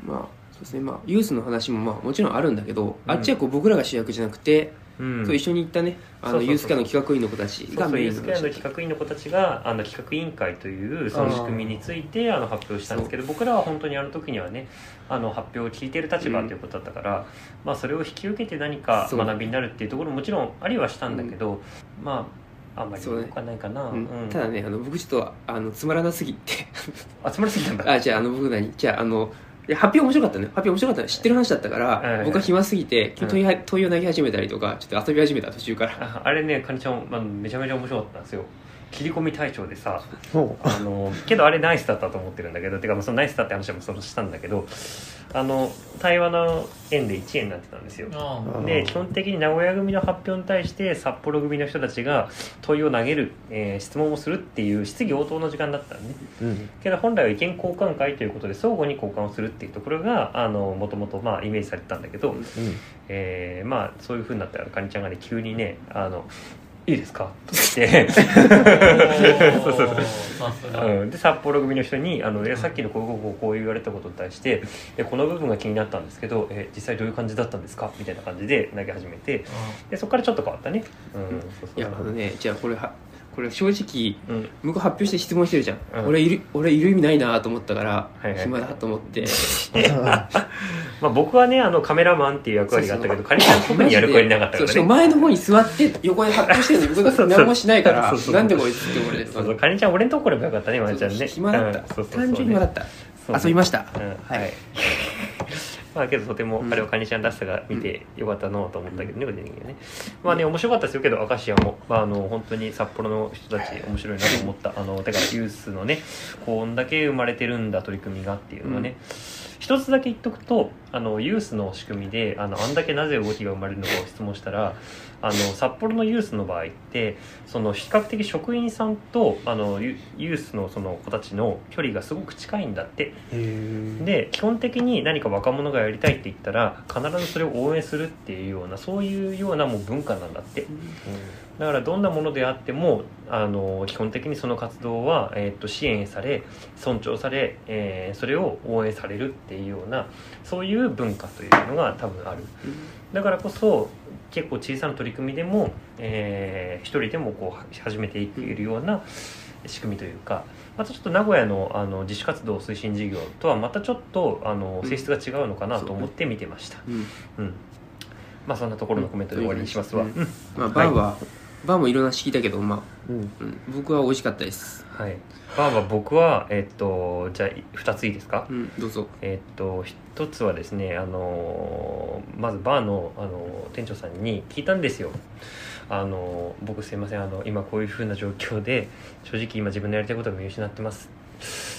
Speaker 2: まあそうですねまあユースの話もまあもちろんあるんだけどあっちはこう僕らが主役じゃなくて
Speaker 3: うん
Speaker 2: そう一緒に行ったねあ
Speaker 3: そ
Speaker 2: の
Speaker 3: うそうそう
Speaker 2: ユースカーの企画員の子たち
Speaker 3: そ
Speaker 2: が
Speaker 3: うそう
Speaker 2: メイ
Speaker 3: ユ
Speaker 2: ン
Speaker 3: ー
Speaker 2: の
Speaker 3: スケア
Speaker 2: 話だ
Speaker 3: の
Speaker 2: った
Speaker 3: 企画員の子たちがあの企画委員会というその仕組みについてあの発表したんですけど僕らは本当にあの時にはねあの発表を聞いてる立場ということだったから、まあ、それを引き受けて何か
Speaker 2: そう
Speaker 3: 学びになるっていうところももちろんありはしたんだけど、まああんまり
Speaker 2: そうね
Speaker 3: 良くはないかな、
Speaker 2: うんただねあの僕ちょっとあのつまらなすぎて
Speaker 3: 集まりすぎたんだ
Speaker 2: あじゃああの僕何じゃああのいや発表面白かったね発表面白かったね知ってる話だったから、
Speaker 3: はいはい
Speaker 2: 僕は暇すぎて急に問いは問いを投げ始めたりとかちょっと遊び始めた途中から
Speaker 3: ああれねかにちゃん、まあ、めちゃめちゃ面白かったんですよ切り込み隊長でさ
Speaker 1: ほう
Speaker 3: あのけどあれナイスだったと思ってるんだけどてかまあそのナイスだって話もそのしたんだけどあの対話の円で1円になってたんですよ
Speaker 4: あ
Speaker 3: で基本的に名古屋組の発表に対して札幌組の人たちが問いを投げる、えー質問をするっていう質疑応答の時間だったのね
Speaker 1: うん
Speaker 3: けど本来は意見交換会ということで相互に交換をするっていうところがもともとイメージされてたんだけど、
Speaker 1: うん
Speaker 3: えーまあそういうふうになったらかにちゃんがね急にね「あのいいですか?」って言って
Speaker 4: ー
Speaker 3: そうそうそう
Speaker 4: さすが
Speaker 3: うん、で札幌組の人にあのいやさっきのこうこうこうこう言われたことに対してでこの部分が気になったんですけどえ実際どういう感じだったんですかみたいな感じで投げ始めてでそこからちょっと変わったね。うん、そう
Speaker 2: い
Speaker 3: そう
Speaker 2: やあのねじゃあこれはこれ正直
Speaker 3: うん
Speaker 2: 向こう発表して質問してるじゃん、
Speaker 3: うん
Speaker 2: 俺いる俺いる意味ないなと思ったから、
Speaker 3: はいはい
Speaker 2: 暇だと思って
Speaker 1: あ
Speaker 3: まあ、僕はねあのカメラマンっていう役割 があったけどカリさん特にやる子いなかった
Speaker 2: そ
Speaker 3: か
Speaker 2: うしからも
Speaker 3: ね
Speaker 2: 前の方に座って横で発表してるのに 僕何もしないから
Speaker 3: そうそうそう
Speaker 2: なんでこいつって思われて
Speaker 3: そうそうカニちゃん俺のとこ来ればよかったねワンちゃんね
Speaker 2: 暇だった
Speaker 3: うんそうそうそう
Speaker 2: 単純に暇だった
Speaker 3: そうね
Speaker 2: 遊びました
Speaker 3: うん
Speaker 2: は
Speaker 3: はいいまあけどとてもあれをカニちゃんらしさが見てよかったのと思ったけどね、個人的にはねまあね面白かったですよけど明石家も、まあ、あの本当に札幌の人たち面白いなと思ったあのだからユースのねこんだけ生まれてるんだ取り組みがっていうのはね、一つだけ言っとくとあのユースの仕組みであのあんだけなぜ動きが生まれるのかを質問したらあの札幌のユースの場合ってその比較的職員さんとあのユユースのその子たちの距離がすごく近いんだって
Speaker 1: で
Speaker 3: で基本的に何か若者がやりたいって言ったら必ずそれを応援するっていうようなそういうようなもう文化なんだってだからどんなものであってもあの基本的にその活動は、えー、と支援され尊重され、えーそれを応援されるっていうようなそういう文化というのが多分あるだからこそ結構小さな取り組みでも、えー一人でもこう始めていけるような仕組みというかまたちょっと名古屋のあの自主活動推進事業とはまたちょっとあの
Speaker 2: うん
Speaker 3: 性質が違うのかな
Speaker 2: そう
Speaker 3: と
Speaker 2: ね
Speaker 3: 思って見てました、
Speaker 2: うん
Speaker 3: うんまあそんなところのコメントで終わりにしますわ、
Speaker 2: うん
Speaker 3: うん
Speaker 2: まあバーはバーもいろんな式だけどまあ
Speaker 1: うん
Speaker 2: うん僕は美味しかったです
Speaker 3: はい、バーは僕は、えっと、じゃあ2ついいですか、
Speaker 2: うんどうぞ
Speaker 3: えっと1つはですね、あのーまずバーの、あのー店長さんに聞いたんですよ、あのー僕すいませんあの今こういうふうな状況で正直今自分のやりたいことを見失ってます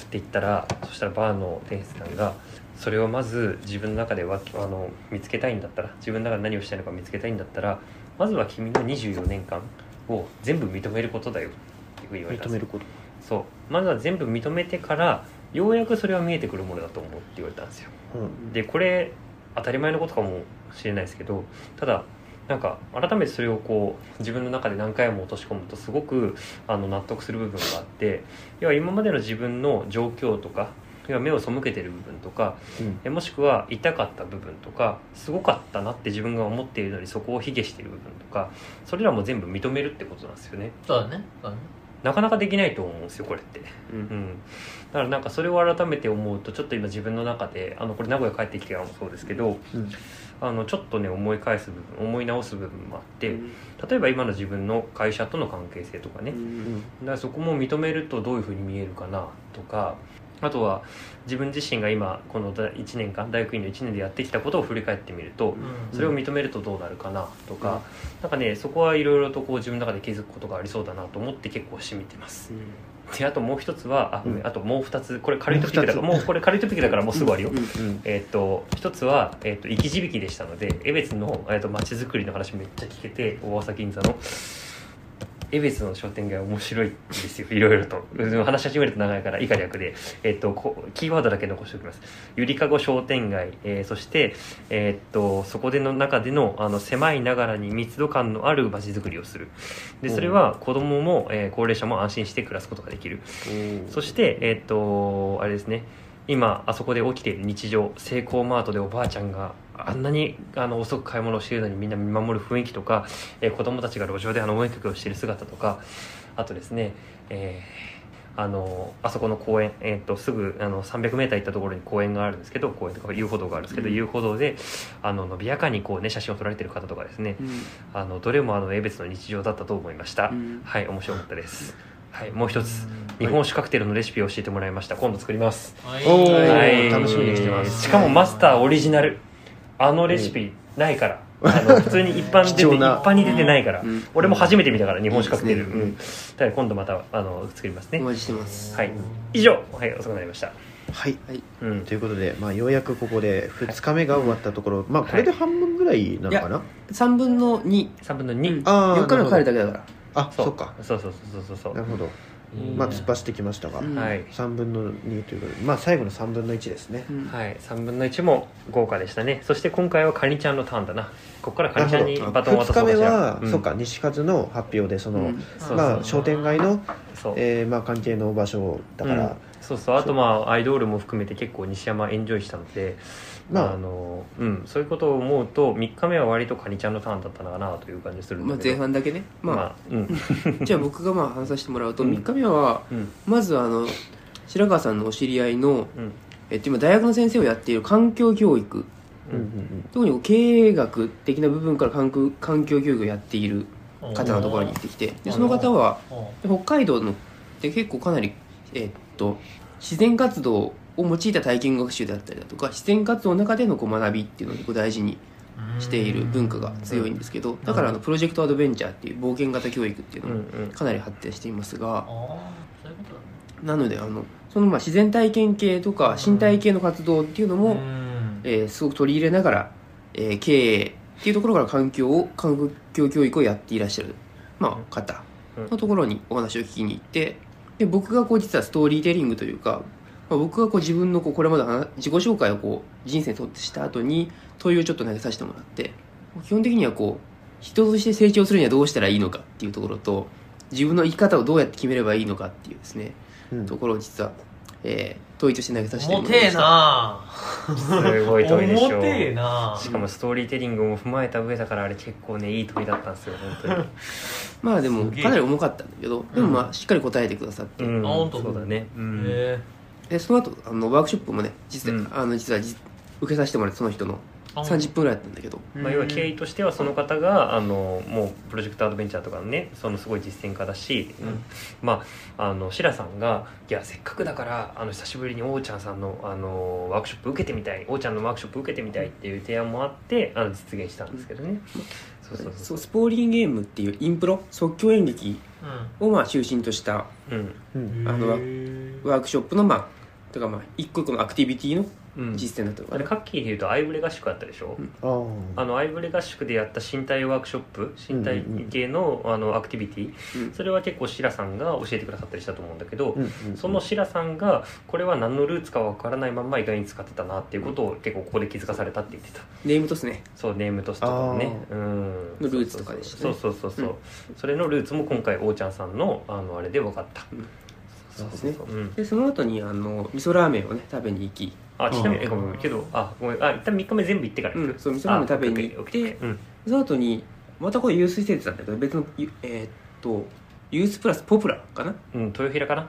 Speaker 3: って言ったらそしたらバーの店主さんがそれをまず自分の中でわあの見つけたいんだったら自分の中で何をしたいのか見つけたいんだったらまずは君の24年間を全部認めることだよっていうふうに言われたん
Speaker 1: 認め
Speaker 3: ですよ
Speaker 1: ること
Speaker 3: そうまずは全部認めてからようやくそれは見えてくるものだと思うって言われたんですよ
Speaker 1: うん
Speaker 3: でこれ当たり前のことかもしれないですけどただなんか改めてそれをこう自分の中で何回も落とし込むとすごくあの納得する部分があって要は今までの自分の状況とか要は目を背けてる部分とか
Speaker 1: うん
Speaker 3: えもしくは痛かった部分とかすごかったなって自分が思っているのにそこを卑下している部分とかそれらも全部認めるってことなんですよね
Speaker 4: そうだねそうだね
Speaker 3: なかなかできないと思うんですよこれって
Speaker 2: う
Speaker 3: うんん、だからなんかそれを改めて思うとちょっと今自分の中であのこれ名古屋帰ってきてからもそうですけど
Speaker 1: うん
Speaker 3: あのちょっとね思い返す部分思い直す部分もあって
Speaker 2: うん
Speaker 3: 例えば今の自分の会社との関係性とかね
Speaker 2: うん
Speaker 3: だからそこも認めるとどういうふうに見えるかなとかあとは自分自身が今この1年間大学院の1年でやってきたことを振り返ってみると
Speaker 4: うん
Speaker 3: それを認めるとどうなるかなとか、なんかねそこはいろいろとこう自分の中で気づくことがありそうだなと思って結構しみてますであともう一つはあ、ごめん
Speaker 1: うん
Speaker 3: あともう二つこれ軽いトピックだからもうこれ軽いトピックだからもうすぐ終わるよ、
Speaker 2: うん
Speaker 1: うん
Speaker 3: えーっと一つは、えーっと生き字引でしたので江別のえーっと街づくりの話めっちゃ聞けて大浅銀座の江別の商店街面白いんですよいろいろとうん話し始めると長いから以下略で、えーっとこキーワードだけ残しておきますゆりかご商店街、えーそして、えーっとそこでの中でのあの狭いながらに密度感のある街づくりをするでそれは子供も、えー高齢者も安心して暮らすことができるそして、えーっと、あれですね、今、あそこで起きている日常、セイコーマートでおばあちゃんがあんなにあの遅く買い物をしているのにみんな見守る雰囲気とか、えー子供たちが路上であの応援曲をしている姿とか、あとですね、えーあのあそこの公園、えーっとすぐあの 300m 行ったところに公園があるんですけど公園とか遊歩道があるんですけど、
Speaker 2: うん
Speaker 3: 遊歩道であの伸びやかにこう、ね、写真を撮られてる方とかですね
Speaker 2: うん
Speaker 3: あのどれもあの江別の日常だったと思いました、
Speaker 2: うん
Speaker 3: はい面白かったです、はい、もう一つ日本酒カクテルのレシピを教えてもらいました今度作ります、
Speaker 4: はい
Speaker 1: おー
Speaker 3: はい、
Speaker 1: 楽しみにしてます
Speaker 3: しかもマスターオリジナルあのレシピな いから、あの普通に一般に出て
Speaker 1: 貴
Speaker 3: 一
Speaker 1: 重な
Speaker 3: 般に出てないから、
Speaker 2: うん
Speaker 3: 俺も初めて見たから日本酒カクテル、
Speaker 2: いいです
Speaker 3: う
Speaker 2: ね
Speaker 3: ん、だから今度またあの作ります
Speaker 2: お
Speaker 3: ね
Speaker 2: 待ちしてます
Speaker 3: はい以上はい遅くなりました
Speaker 1: はい
Speaker 2: はい
Speaker 3: うん
Speaker 1: ということで、まあ、ようやくここで2日目が終わったところ、まあ、これで半分ぐらいなのかな、
Speaker 2: 3分の2
Speaker 3: 3分の2、
Speaker 2: うん
Speaker 1: ああ
Speaker 2: 4日の帰るだけだから
Speaker 1: あそっか
Speaker 3: そうそうそうそうそうそ
Speaker 1: なる
Speaker 3: う
Speaker 1: ほど、
Speaker 3: うん
Speaker 1: まあ、突っ走ってきましたが、
Speaker 2: うん
Speaker 3: はい
Speaker 1: 3分の2ということで、まあ、最後の3分の1ですね、
Speaker 2: うん
Speaker 3: はい、3分の1も豪華でしたねそして今回はカニちゃんのターンだなここからカニちゃんにバトンを渡
Speaker 1: 2日
Speaker 3: そうか
Speaker 1: 目
Speaker 3: し
Speaker 1: は
Speaker 3: ら、
Speaker 1: そうか西和の発表でその、
Speaker 2: うん
Speaker 3: そう
Speaker 1: ま
Speaker 3: そ
Speaker 1: あ、
Speaker 3: う
Speaker 1: 商店街の、
Speaker 3: そう
Speaker 1: えーまあ、関係の場所だから、
Speaker 3: うんそうそうあとまあアイドルも含めて結構西山エンジョイしたので、
Speaker 1: まあ
Speaker 3: あ、のうん、そういうことを思うと3日目は割とカニちゃんのターンだったのかなという感じするん
Speaker 2: ま
Speaker 3: だ
Speaker 2: あ
Speaker 3: け
Speaker 2: 前
Speaker 3: ど、
Speaker 2: 半だけねまあ、
Speaker 3: まあうん
Speaker 2: じゃあ僕がまあ話させてもらうと
Speaker 3: うん
Speaker 2: 3日目は
Speaker 3: うん
Speaker 2: まずあの白川さんのお知り合いの、
Speaker 3: うん
Speaker 2: えっと、今大学の先生をやっている環境教育特に経営学的な部分から環境環境教育をやっている方のところに行ってきてでその方は北海道ので結構かなり、えーっと自然活動を用いた体験学習であったりだとか自然活動の中でのこう学びっていうのをこう大事にしている文化が強いんですけどだからあのプロジェクトアドベンチャーっていう冒険型教育っていうのもかなり発展していますがなのであのそのまあ自然体験系とか身体系の活動っていうのもえーすごく取り入れながらえー経営っていうところから環境を環境教育をやっていらっしゃるまあ方のところにお話を聞きに行ってで僕がこう実はストーリーテリングというかまあ、僕がこう自分のこうこれまで話自己紹介をこう人生にとってした後に問いをちょっと投げさせてもらって基本的にはこう人として成長するにはどうしたらいいのかっていうところと自分の生き方をどうやって決めればいいのかっていうですね、
Speaker 1: うん
Speaker 2: ところを実は、えー問いとして投げさせてもら
Speaker 4: 重
Speaker 2: いま
Speaker 4: てえ
Speaker 2: した
Speaker 4: な
Speaker 3: すごい問いでしょ
Speaker 4: 重てえな
Speaker 3: しかもストーリーテリングも踏まえた上だからあれ結構ねいい問いだったんですよ本
Speaker 2: まあですも
Speaker 4: げえ
Speaker 2: かなり重かったんだけどでもまあしっかり答えてくださっ
Speaker 3: 当
Speaker 2: て、
Speaker 3: に、うん、
Speaker 4: あ本当
Speaker 3: そうだねうん、
Speaker 4: へ
Speaker 2: でその後あのワークショップもね実,、
Speaker 3: うん
Speaker 2: あの実はじ受けさせてもらってその人の
Speaker 4: ーあ
Speaker 2: 30分ぐらいだったんだけど
Speaker 3: まあ、要は経緯としてはその方があのもうプロジェクトアドベンチャーとかのねそのすごい実践家だし、
Speaker 4: うん
Speaker 3: まああのシラさんが「いやせっかくだからあの久しぶりにおーちゃんさんのあのワークショップ受けてみたいおーちゃんのワークショップ受けてみたい」っていう提案もあってあの実現したんですけどね、そうそう
Speaker 2: そ
Speaker 3: そう
Speaker 2: うスポーリンゲームっていうインプロ即興演劇
Speaker 4: う
Speaker 2: をまあ中心とした
Speaker 3: うん
Speaker 1: うん
Speaker 4: ん
Speaker 2: あの
Speaker 4: へー
Speaker 2: ワークショップのまあとかまあ一個一個のアクティビティの
Speaker 3: うん
Speaker 2: 実践だったりとか
Speaker 3: あれ
Speaker 2: ね、
Speaker 3: カッキーで言うとアイブレ合宿あったでしょ、
Speaker 2: うん
Speaker 1: あー
Speaker 3: あのアイブレ合宿でやった身体ワークショップ身体系の,、あのアクティビティ
Speaker 2: うん
Speaker 3: それは結構シラさんが教えてくださったりしたと思うんだけど、
Speaker 1: うんうんうん
Speaker 3: そのシラさんがこれは何のルーツかわからないまんま意外に使ってたなっていうことを結構ここで気づかされたって言ってた
Speaker 2: ネームトスね
Speaker 3: そうネームトスとかもねうん
Speaker 2: のルーツとかでした
Speaker 3: そ
Speaker 2: ね
Speaker 3: うそうそうそう、それのルーツも今回おーちゃんさんのあのあれで分かった、
Speaker 2: うん
Speaker 3: そうそうそう、うん、
Speaker 2: でその後にあの味噌ラーメンをね食べに行き、
Speaker 3: あちなみ
Speaker 1: う
Speaker 3: に
Speaker 1: ん
Speaker 3: えごめんけどあごめんあ一旦3日目全部行ってから
Speaker 2: う
Speaker 3: 行
Speaker 2: ん、
Speaker 3: く、
Speaker 2: そう味噌ラーメン食べに行
Speaker 3: あ
Speaker 2: っ
Speaker 3: OK
Speaker 2: て
Speaker 3: OK うん
Speaker 2: その後にまたこれユース施設なんだけど別のゆえーっとユースプラスポプラかな
Speaker 3: うん豊平かな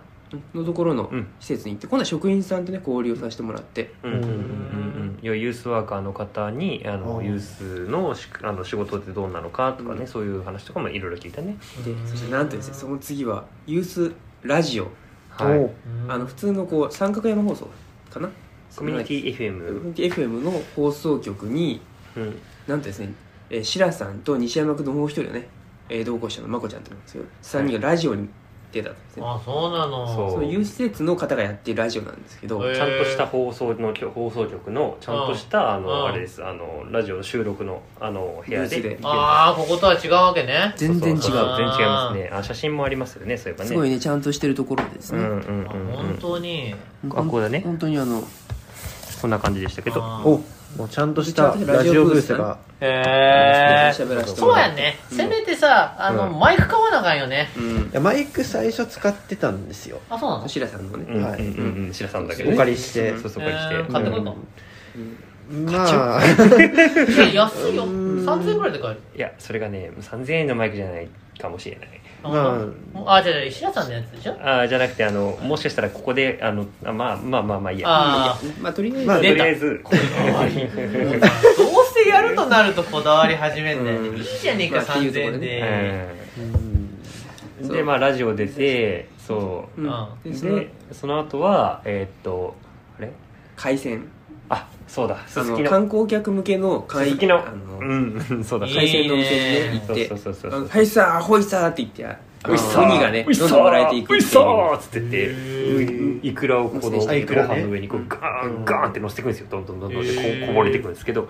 Speaker 2: のところの
Speaker 3: うん
Speaker 2: 施設に行って今度は職員さんとね交流をさせてもらって
Speaker 3: うんうんうんうん要はユースワーカーの方にあの
Speaker 1: うん
Speaker 3: ユースのしあの仕事ってどうなのかとかね、
Speaker 2: うん
Speaker 3: そういう話とかもいろいろ聞いたね、
Speaker 2: でそしてなんとですねその次はユースラジオ
Speaker 3: はい、
Speaker 1: おー
Speaker 4: うん
Speaker 2: あの普通のこう三角山放送かな
Speaker 3: コミュニテ
Speaker 2: ィ
Speaker 3: ィ
Speaker 2: コミュ
Speaker 3: FM、
Speaker 2: ニティ FM の放送局に
Speaker 3: うん、
Speaker 2: なんとですね、えー、シラさんと西山君のもう一人のね、えー同行者のまこちゃんと思うんですけど3人がラジオに出たんですね、
Speaker 4: あそうなの
Speaker 3: そう
Speaker 2: そういう施設の方がやってるラジオなんですけど、
Speaker 4: へー
Speaker 3: ちゃんとした放送の放送局のちゃんとしたあ
Speaker 4: うん
Speaker 3: のあれですあのラジオの収録のあの部屋で
Speaker 2: ブースで
Speaker 3: あ
Speaker 4: ああこことは違うわけね
Speaker 2: 全然違う
Speaker 3: 全然違いますねあ写真もありますよねそういえばね
Speaker 2: すごいねちゃんとしてるところです
Speaker 3: うん
Speaker 2: ね、
Speaker 3: うんうん
Speaker 4: あ
Speaker 3: う
Speaker 4: 本
Speaker 3: ん
Speaker 4: 当に
Speaker 3: あこうだね
Speaker 2: 本当にあの
Speaker 3: こんな感じでしたけど
Speaker 4: あー
Speaker 1: おもうちゃんとしたラジオブースが
Speaker 4: へえ
Speaker 2: 喋らせても
Speaker 4: そう
Speaker 2: ら
Speaker 4: や
Speaker 2: って
Speaker 4: ね
Speaker 2: うん
Speaker 4: せめてさあの
Speaker 3: うん
Speaker 4: マイク買わなあかんよね
Speaker 2: うん
Speaker 1: いやマイク最初使ってたんですよ
Speaker 4: あそうなの
Speaker 2: シラさんの
Speaker 3: う
Speaker 2: ね、
Speaker 3: んうん
Speaker 1: はい
Speaker 3: うんうん白さんだけど
Speaker 1: お
Speaker 3: ね
Speaker 1: 借りして
Speaker 3: そうそうお借りして、
Speaker 4: えー買ってこようか
Speaker 1: まあ
Speaker 4: いや安いよ
Speaker 1: うん
Speaker 4: 3000円ぐらいで買える
Speaker 3: いやそれがね3000円のマイクじゃないかもしれない
Speaker 1: ま
Speaker 4: ああじゃあ石田さんのやつでしょ
Speaker 3: あーじゃなくてあのもしかしたらここであのあまあまあまあまあいいや
Speaker 4: ああ
Speaker 2: まあとりあえず、
Speaker 1: まあ
Speaker 3: と
Speaker 1: 出
Speaker 3: り
Speaker 1: た
Speaker 3: あえず
Speaker 4: どうせやるとなるとこだわり始めんだよ
Speaker 2: うん
Speaker 4: ねいいじゃねえか
Speaker 2: まあっていうところ
Speaker 4: 3000円
Speaker 2: でね
Speaker 4: で
Speaker 1: うん
Speaker 3: うん
Speaker 2: そう
Speaker 3: でまあラジオ出てそう
Speaker 2: うん
Speaker 4: あ
Speaker 2: でその
Speaker 3: でその後はえーっとあれ
Speaker 2: 海鮮
Speaker 3: あそうだ
Speaker 2: あ
Speaker 3: すす
Speaker 2: の
Speaker 3: きの
Speaker 2: 観光客向けの
Speaker 3: す
Speaker 2: 海
Speaker 3: すきの
Speaker 2: あの、
Speaker 3: うんそうだ
Speaker 4: いい
Speaker 2: 海鮮のお店に
Speaker 4: いい
Speaker 2: ね
Speaker 4: ね
Speaker 2: 行
Speaker 3: そ
Speaker 2: っ
Speaker 3: う
Speaker 2: て
Speaker 3: そうそうそ
Speaker 2: あの「
Speaker 3: う
Speaker 2: はいさあほいさあ」って言ってあ
Speaker 3: おいっさー
Speaker 2: ウニがね
Speaker 3: おいっさ
Speaker 2: どん
Speaker 3: ー
Speaker 2: どんもらえていく
Speaker 3: おいっ
Speaker 2: って
Speaker 3: さ
Speaker 2: いう
Speaker 3: ーっつってて
Speaker 4: ー
Speaker 3: いくらをこのご
Speaker 1: あいくらね
Speaker 3: 飯の上にこうガー
Speaker 1: うん
Speaker 3: ンガーンって乗せていくんですよどんどんどんどんでこ
Speaker 4: へー
Speaker 3: うこぼれていくんですけど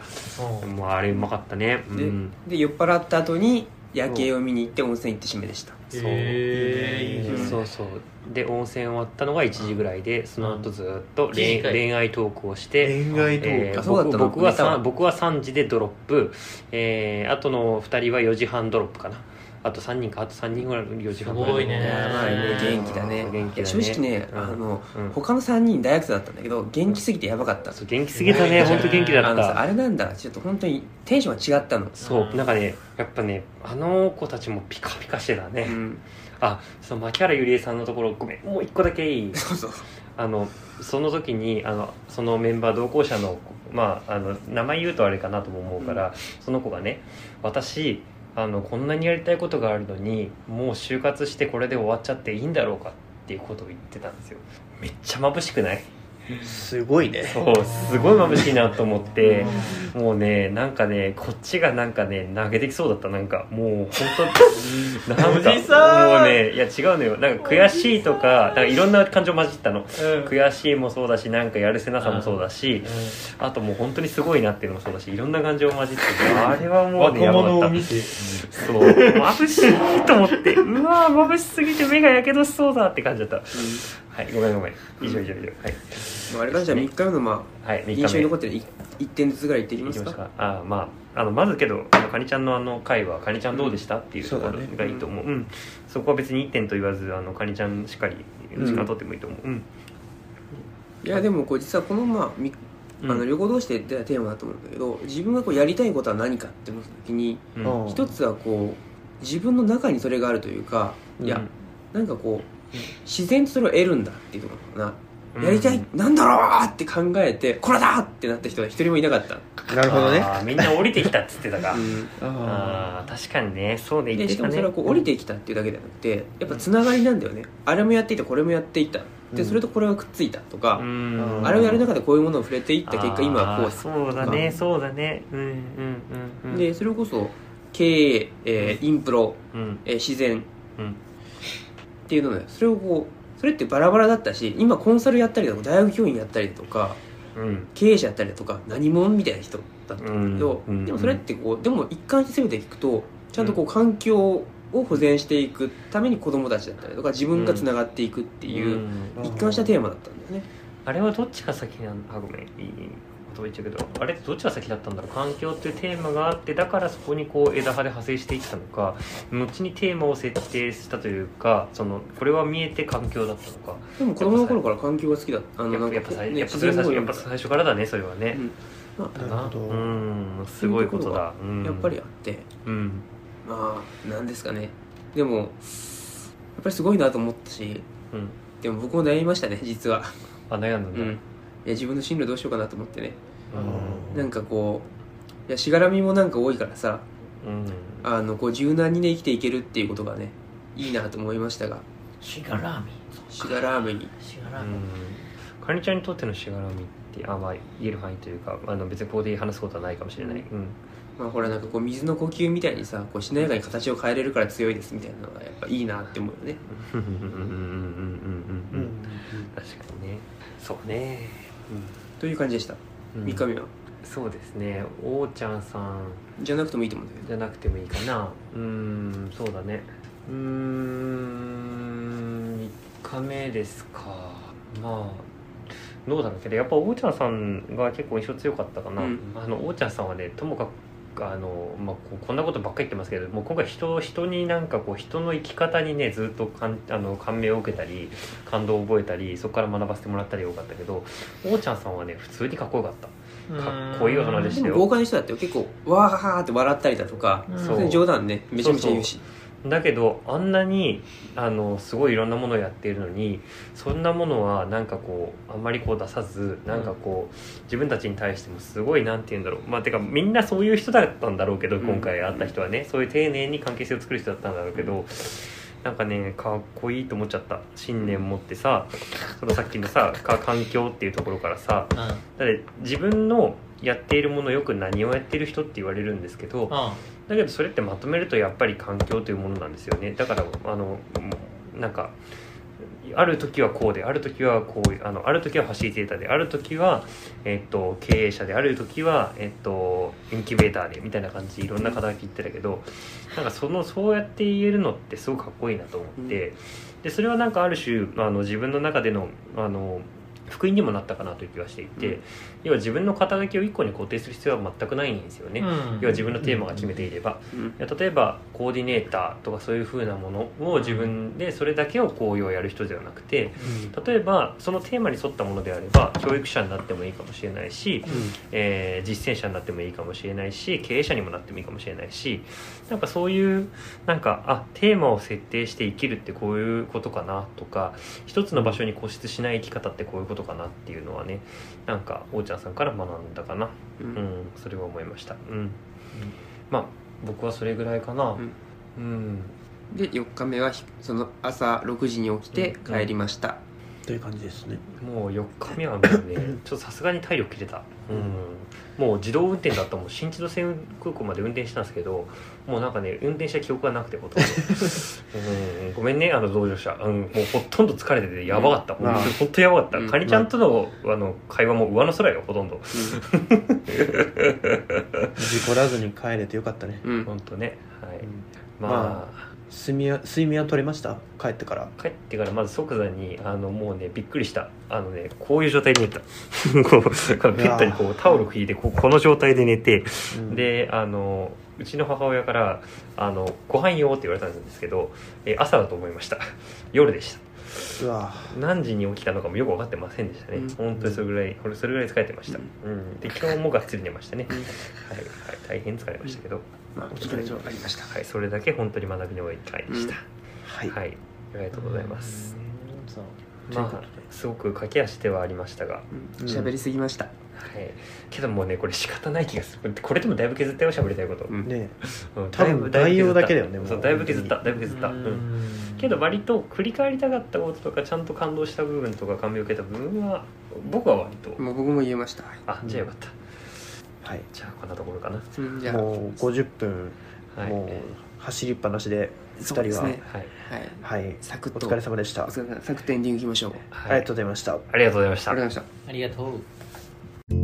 Speaker 4: うん
Speaker 3: もうあれうまかったねうん
Speaker 2: で酔っ払った後に夜景を見に行って温泉行って締めでした
Speaker 3: そう
Speaker 4: へーいいね
Speaker 3: そうそうで温泉終わったのが1時ぐらいでその後ずーっと
Speaker 4: 一時
Speaker 3: 恋
Speaker 4: 間
Speaker 3: 恋愛トークをして
Speaker 1: 恋愛トー
Speaker 3: え
Speaker 1: ク
Speaker 2: あ
Speaker 3: ー
Speaker 2: そうだった
Speaker 3: 僕
Speaker 2: の
Speaker 3: 僕は
Speaker 2: 見たわ
Speaker 3: さん僕は3時でドロップ、えー、あとの2人は4時半ドロップかなあと3人かあと3人ぐらいの4時半ぐら
Speaker 4: すごいね
Speaker 2: いやばいね
Speaker 4: へー
Speaker 2: 元気だね
Speaker 3: 元気だね
Speaker 2: いや正直ね、
Speaker 3: うん
Speaker 2: あの
Speaker 3: うん
Speaker 2: 他の3人大学生だったんだけど元気すぎてやばかった、
Speaker 3: そう元気すぎたね本当元気だ
Speaker 2: あ
Speaker 3: っ
Speaker 2: のさ
Speaker 3: た
Speaker 2: あれなんだちょっと本当にテンションが違ったの、
Speaker 3: そうなんかねやっぱねあの子たちもピカピカしてたね、
Speaker 2: うん、
Speaker 3: あそう牧原ゆりえさんのところごめんもう一個だけいい
Speaker 2: そうそう
Speaker 3: あのその時にあのそのメンバー同行者の,、まあ、あの名前言うとあれかなとも思うから、その子がね私あのこんなにやりたいことがあるのにもう就活してこれで終わっちゃっていいんだろうかっていうことを言ってたんですよめっちゃ眩しくない
Speaker 1: すごいね
Speaker 3: そうすごい眩しいなと思ってもうねなんかねこっちがなんかね投げてきそうだったなんかもう本当なんか
Speaker 4: おじさ
Speaker 3: も
Speaker 4: ん
Speaker 3: うねいや違うのよなんか悔しいとかなんかいろんな感情混じったの
Speaker 4: うん
Speaker 3: 悔しいもそうだしなんかやるせなさもそうだしあともう本当にすごいなっていうのもそうだしいろんな感情混じっててあれはもう
Speaker 5: 若
Speaker 3: ねやば
Speaker 5: 者
Speaker 3: か
Speaker 5: を
Speaker 3: った
Speaker 5: 見て
Speaker 3: そう眩しいと思ってうわー眩しすぎて目がやけどしそうだって感じだったはいごめんごめん以上以上以上はい
Speaker 2: まあ、あれからじゃあ3日目の、ま
Speaker 3: は
Speaker 2: あ、
Speaker 3: い、3日目
Speaker 2: 印象に残ってるい一点ずつぐらい言っていきま
Speaker 3: 行
Speaker 2: す
Speaker 3: きま
Speaker 2: か
Speaker 3: したああまああのまずけどあのカニちゃんのあの回はカニちゃんどうでした、っていうところ
Speaker 1: そうだね
Speaker 3: がいいと思うそうん、そこは別に1点と言わずあのカニちゃんしっかり時間取ってもいいと思ううん、
Speaker 2: いやでもこう実はこのまあみあ
Speaker 3: う
Speaker 2: の
Speaker 3: ん
Speaker 2: 旅行同士で出たテーマだと思うんだけど自分がこうやりたいことは何かって思った時に
Speaker 3: う
Speaker 1: う
Speaker 3: ん
Speaker 1: ん
Speaker 2: 一つはこう自分の中にそれがあるというかいやなんかこう自然とそれを得るんだっていうところか
Speaker 3: うん
Speaker 2: なやりたいなんだろうって考えてこれだってなった人は一人もいなかった
Speaker 1: なるほどね
Speaker 3: あーみんな降りてきたっつって たか、
Speaker 1: あ
Speaker 3: あー確かにねそうね言
Speaker 2: で
Speaker 3: って
Speaker 2: しか
Speaker 3: た
Speaker 2: も
Speaker 3: ね
Speaker 2: それはこう降りてきたっていうだけじゃなくてやっぱつながりなんだよねあれもやっていたこれもやっていた
Speaker 1: う
Speaker 2: で
Speaker 1: ん
Speaker 2: それとこれがくっついたと
Speaker 3: う
Speaker 2: か
Speaker 3: ん
Speaker 2: あれをやる中でこういうものを触れていった結
Speaker 3: あ
Speaker 2: 果
Speaker 3: ー
Speaker 2: 今はこう
Speaker 3: そうだねそうだねうんうんうんうん
Speaker 2: でそれこそ経営、えーインプロ、
Speaker 3: うん
Speaker 2: えー自然
Speaker 3: うん
Speaker 2: っていうのねそれをこうそれってバラバラだったし今コンサルやったりだとか大学教員やったりだとか
Speaker 3: うん
Speaker 2: 経営者やったりだとか何者みたいな人だったんだけど、
Speaker 3: うんうん
Speaker 2: でもそれってこうでも一貫して全て聞くとちゃんとこう環境を保全していくために子供たちだったりとか自分がつながっていくっていうう、
Speaker 3: ん
Speaker 1: うん
Speaker 2: 一貫したテーマだったんだよね、
Speaker 3: あれはどっちが先なんあごめんいいこと言っちゃうけどあれってどっちが先だったんだろう環境っていうテーマがあってだからそこにこう枝葉で派生していったのか後にテーマを設定したというかそのこれは見えて環境だったのか
Speaker 2: でも子供の頃から環境が好きだあ
Speaker 3: やっぱやっ
Speaker 2: こ
Speaker 3: ぱ
Speaker 2: う
Speaker 3: さ
Speaker 2: ね
Speaker 3: やっぱそれ
Speaker 2: 自然の
Speaker 3: は
Speaker 2: 方
Speaker 3: 最初
Speaker 2: に
Speaker 3: やっぱ最初からだねそれはね、
Speaker 2: うんま
Speaker 1: ーなるほど
Speaker 3: うんすごいことだ
Speaker 2: あやっぱりあって、
Speaker 3: うん
Speaker 2: まあなんですかねでもやっぱりすごいなと思ったし
Speaker 3: うん
Speaker 2: でも僕も悩みましたね実は
Speaker 3: あ悩んだん
Speaker 2: う
Speaker 3: だ、
Speaker 2: んいや自分の進路どうしようかなと思ってね
Speaker 3: うん
Speaker 2: なんかこういやしがらみもなんか多いからさ
Speaker 3: うん
Speaker 2: あのこう柔軟にね生きていけるっていうことがねいいなと思いましたが
Speaker 4: シガラーメン
Speaker 2: しがらめに
Speaker 4: シガラ
Speaker 3: う
Speaker 4: ーメン
Speaker 3: んかにちゃんにとってのしがらみってあまあ言える範囲というかあの別にここで話すことはないかもしれない、うん
Speaker 2: まあほらなんかこう水の呼吸みたいにさこうしなやかに形を変えれるから強いですみたいなのがやっぱいいなって思うよね
Speaker 3: うんうんうんうんうん
Speaker 1: う
Speaker 3: うんうん
Speaker 1: ん
Speaker 3: 確かにねそうね、
Speaker 2: という感じでした
Speaker 3: うん
Speaker 2: 三日目は
Speaker 3: そうですねおーちゃんさん
Speaker 2: じゃなくてもいいと思うんだけど
Speaker 3: じゃなくてもいいかなうーんそうだねうーん3日目ですかまあどうだろうけどやっぱおーちゃんさんが結構印象強かったかな、
Speaker 2: うん
Speaker 3: あのおーちゃんさんはねともかくあの、まあ、こうこんなことばっかり言ってますけどもう今回人人になんかこう人の生き方にねずっとかんあの感銘を受けたり感動を覚えたりそこから学ばせてもらったりが多かったけどおーちゃんさんはね普通にかっこよかったかっこいい大人でし
Speaker 2: でも
Speaker 3: たよ
Speaker 2: 豪快な人だって結構わーははーって笑ったりだとか
Speaker 4: うん
Speaker 3: そう
Speaker 2: それ冗談ねめちゃめちゃ言うし
Speaker 3: だけどあんなにあのすごいいろんなものをやっているのにそんなものはなんかこうあんまりこう出さずなんかこう自分たちに対してもすごいなんて言うんだろうまあてかみんなそういう人だったんだろうけど
Speaker 2: うん
Speaker 3: 今回会った人はねそういう丁寧に関係性を作る人だったんだろうけどなんかねかっこいいと思っちゃった信念持ってさそのさっきのさか環境っていうところからさ
Speaker 4: うん
Speaker 3: だって自分のやっているものよく何をやっている人って言われるんですけど、
Speaker 4: う
Speaker 3: だけどそれってまとめるとやっぱり環境というものなんですよねだからあのなんかある時はこうである時はこうあのある時はファシリテーターである時は、えっと、経営者である時は、えっと、インキュベーターでみたいな感じいろんな肩書き言ってたけどなんかそのそうやって言えるのってすごくかっこいいなと思ってでそれはなんかある種あの自分の中でのあの福音にもなったかなという気はしていて、要は自分の肩書きを1個に固定する必要は全くないんですよね、要は自分のテーマが決めていれば、
Speaker 2: うん
Speaker 3: いや例えばコーディネーターとかそういう風なものを自分でそれだけをこう要はやる人ではなくて例えばそのテーマに沿ったものであれば教育者になってもいいかもしれないし、えー実践者になってもいいかもしれないし経営者にもなってもいいかもしれないしなんかそういうなんかあテーマを設定して生きるってこういうことかなとか一つの場所に固執しない生き方ってこういうことかなっていうのはねなんかおーちゃんさんから学んだかな、
Speaker 2: う
Speaker 3: うんん、それは思いました、うんまあ僕はそれぐらいかな
Speaker 2: うん
Speaker 3: うん、
Speaker 2: で4日目はひその朝6時に起きて帰りました、
Speaker 1: という感じですね
Speaker 3: もう4日目はもうねちょっとさすがに体力切れた、うん、もう自動運転だったもう新千歳空港まで運転したんですけどもうなんかね運転した記憶がなくてほとんど、うん、ごめんねあの同乗者、うん、もうほとんど疲れててやばかった、
Speaker 1: うん
Speaker 3: 本当に本当やばかった、
Speaker 2: うん
Speaker 3: カニちゃんとのあの会話も上の空よほとんど
Speaker 1: 事故らずに帰れてよかったね、
Speaker 2: うん
Speaker 3: 本当ねはい、
Speaker 1: うん
Speaker 3: まあ、
Speaker 1: ま睡眠は睡眠は取れました帰ってから
Speaker 3: 帰ってからまず即座にあのもうねびっくりしたあのねこういう状態で寝た こうベッドにこうタオルを引いてこうこの状態で寝て
Speaker 1: うん
Speaker 3: であのうちの母親からあの「ご飯よ」って言われたんですけどえ朝だと思いました 夜でした
Speaker 1: うわ
Speaker 3: 何時に起きたのかもよく分かってませんでしたね、
Speaker 2: うん
Speaker 3: 本当にそれぐらいこれそれぐらい疲れてました、うんで昨日もがっつり寝ましたね、
Speaker 2: うん
Speaker 3: はいはい、大変疲れましたけど、
Speaker 2: まあお疲れ様ありました
Speaker 3: はい、それだけ本当に学びの多い回でした、
Speaker 1: はい、
Speaker 3: はいありがとうございます、
Speaker 1: うんそう
Speaker 3: ま
Speaker 1: ということで
Speaker 3: あすごく駆け足ではありましたが、
Speaker 2: うん喋、りすぎました、
Speaker 3: はい、けどもうねこれ仕方ない気がするこれでもだいぶ削ったよ喋りたいこと、
Speaker 2: うん
Speaker 1: ね
Speaker 3: うん
Speaker 1: 多分内容だけだよね
Speaker 3: そ
Speaker 1: も
Speaker 3: う
Speaker 1: う
Speaker 3: だいぶ削っただいぶ削った、うんけど割と繰り返りたかったこととかちゃんと感動した部分とか感銘を受けた部分は僕は割と
Speaker 2: もう僕も言えました、はい
Speaker 3: あじゃあよかった
Speaker 1: はい
Speaker 3: じゃあこんなところかな
Speaker 2: うん、じゃあ
Speaker 1: もう50分、
Speaker 3: はい
Speaker 1: もう走りっぱなしで2人
Speaker 2: そうです
Speaker 1: は、
Speaker 2: ね
Speaker 3: はい
Speaker 2: はい
Speaker 1: はい
Speaker 2: サクッ
Speaker 1: お
Speaker 2: と
Speaker 1: 疲れ様でした
Speaker 2: お疲れ様サクッとエンディングいきましょう、
Speaker 1: あ
Speaker 3: は
Speaker 1: りが
Speaker 3: い
Speaker 1: とうございました、
Speaker 3: ありがとうございまし
Speaker 2: あ
Speaker 3: た
Speaker 2: りがとうございました
Speaker 4: ありがとう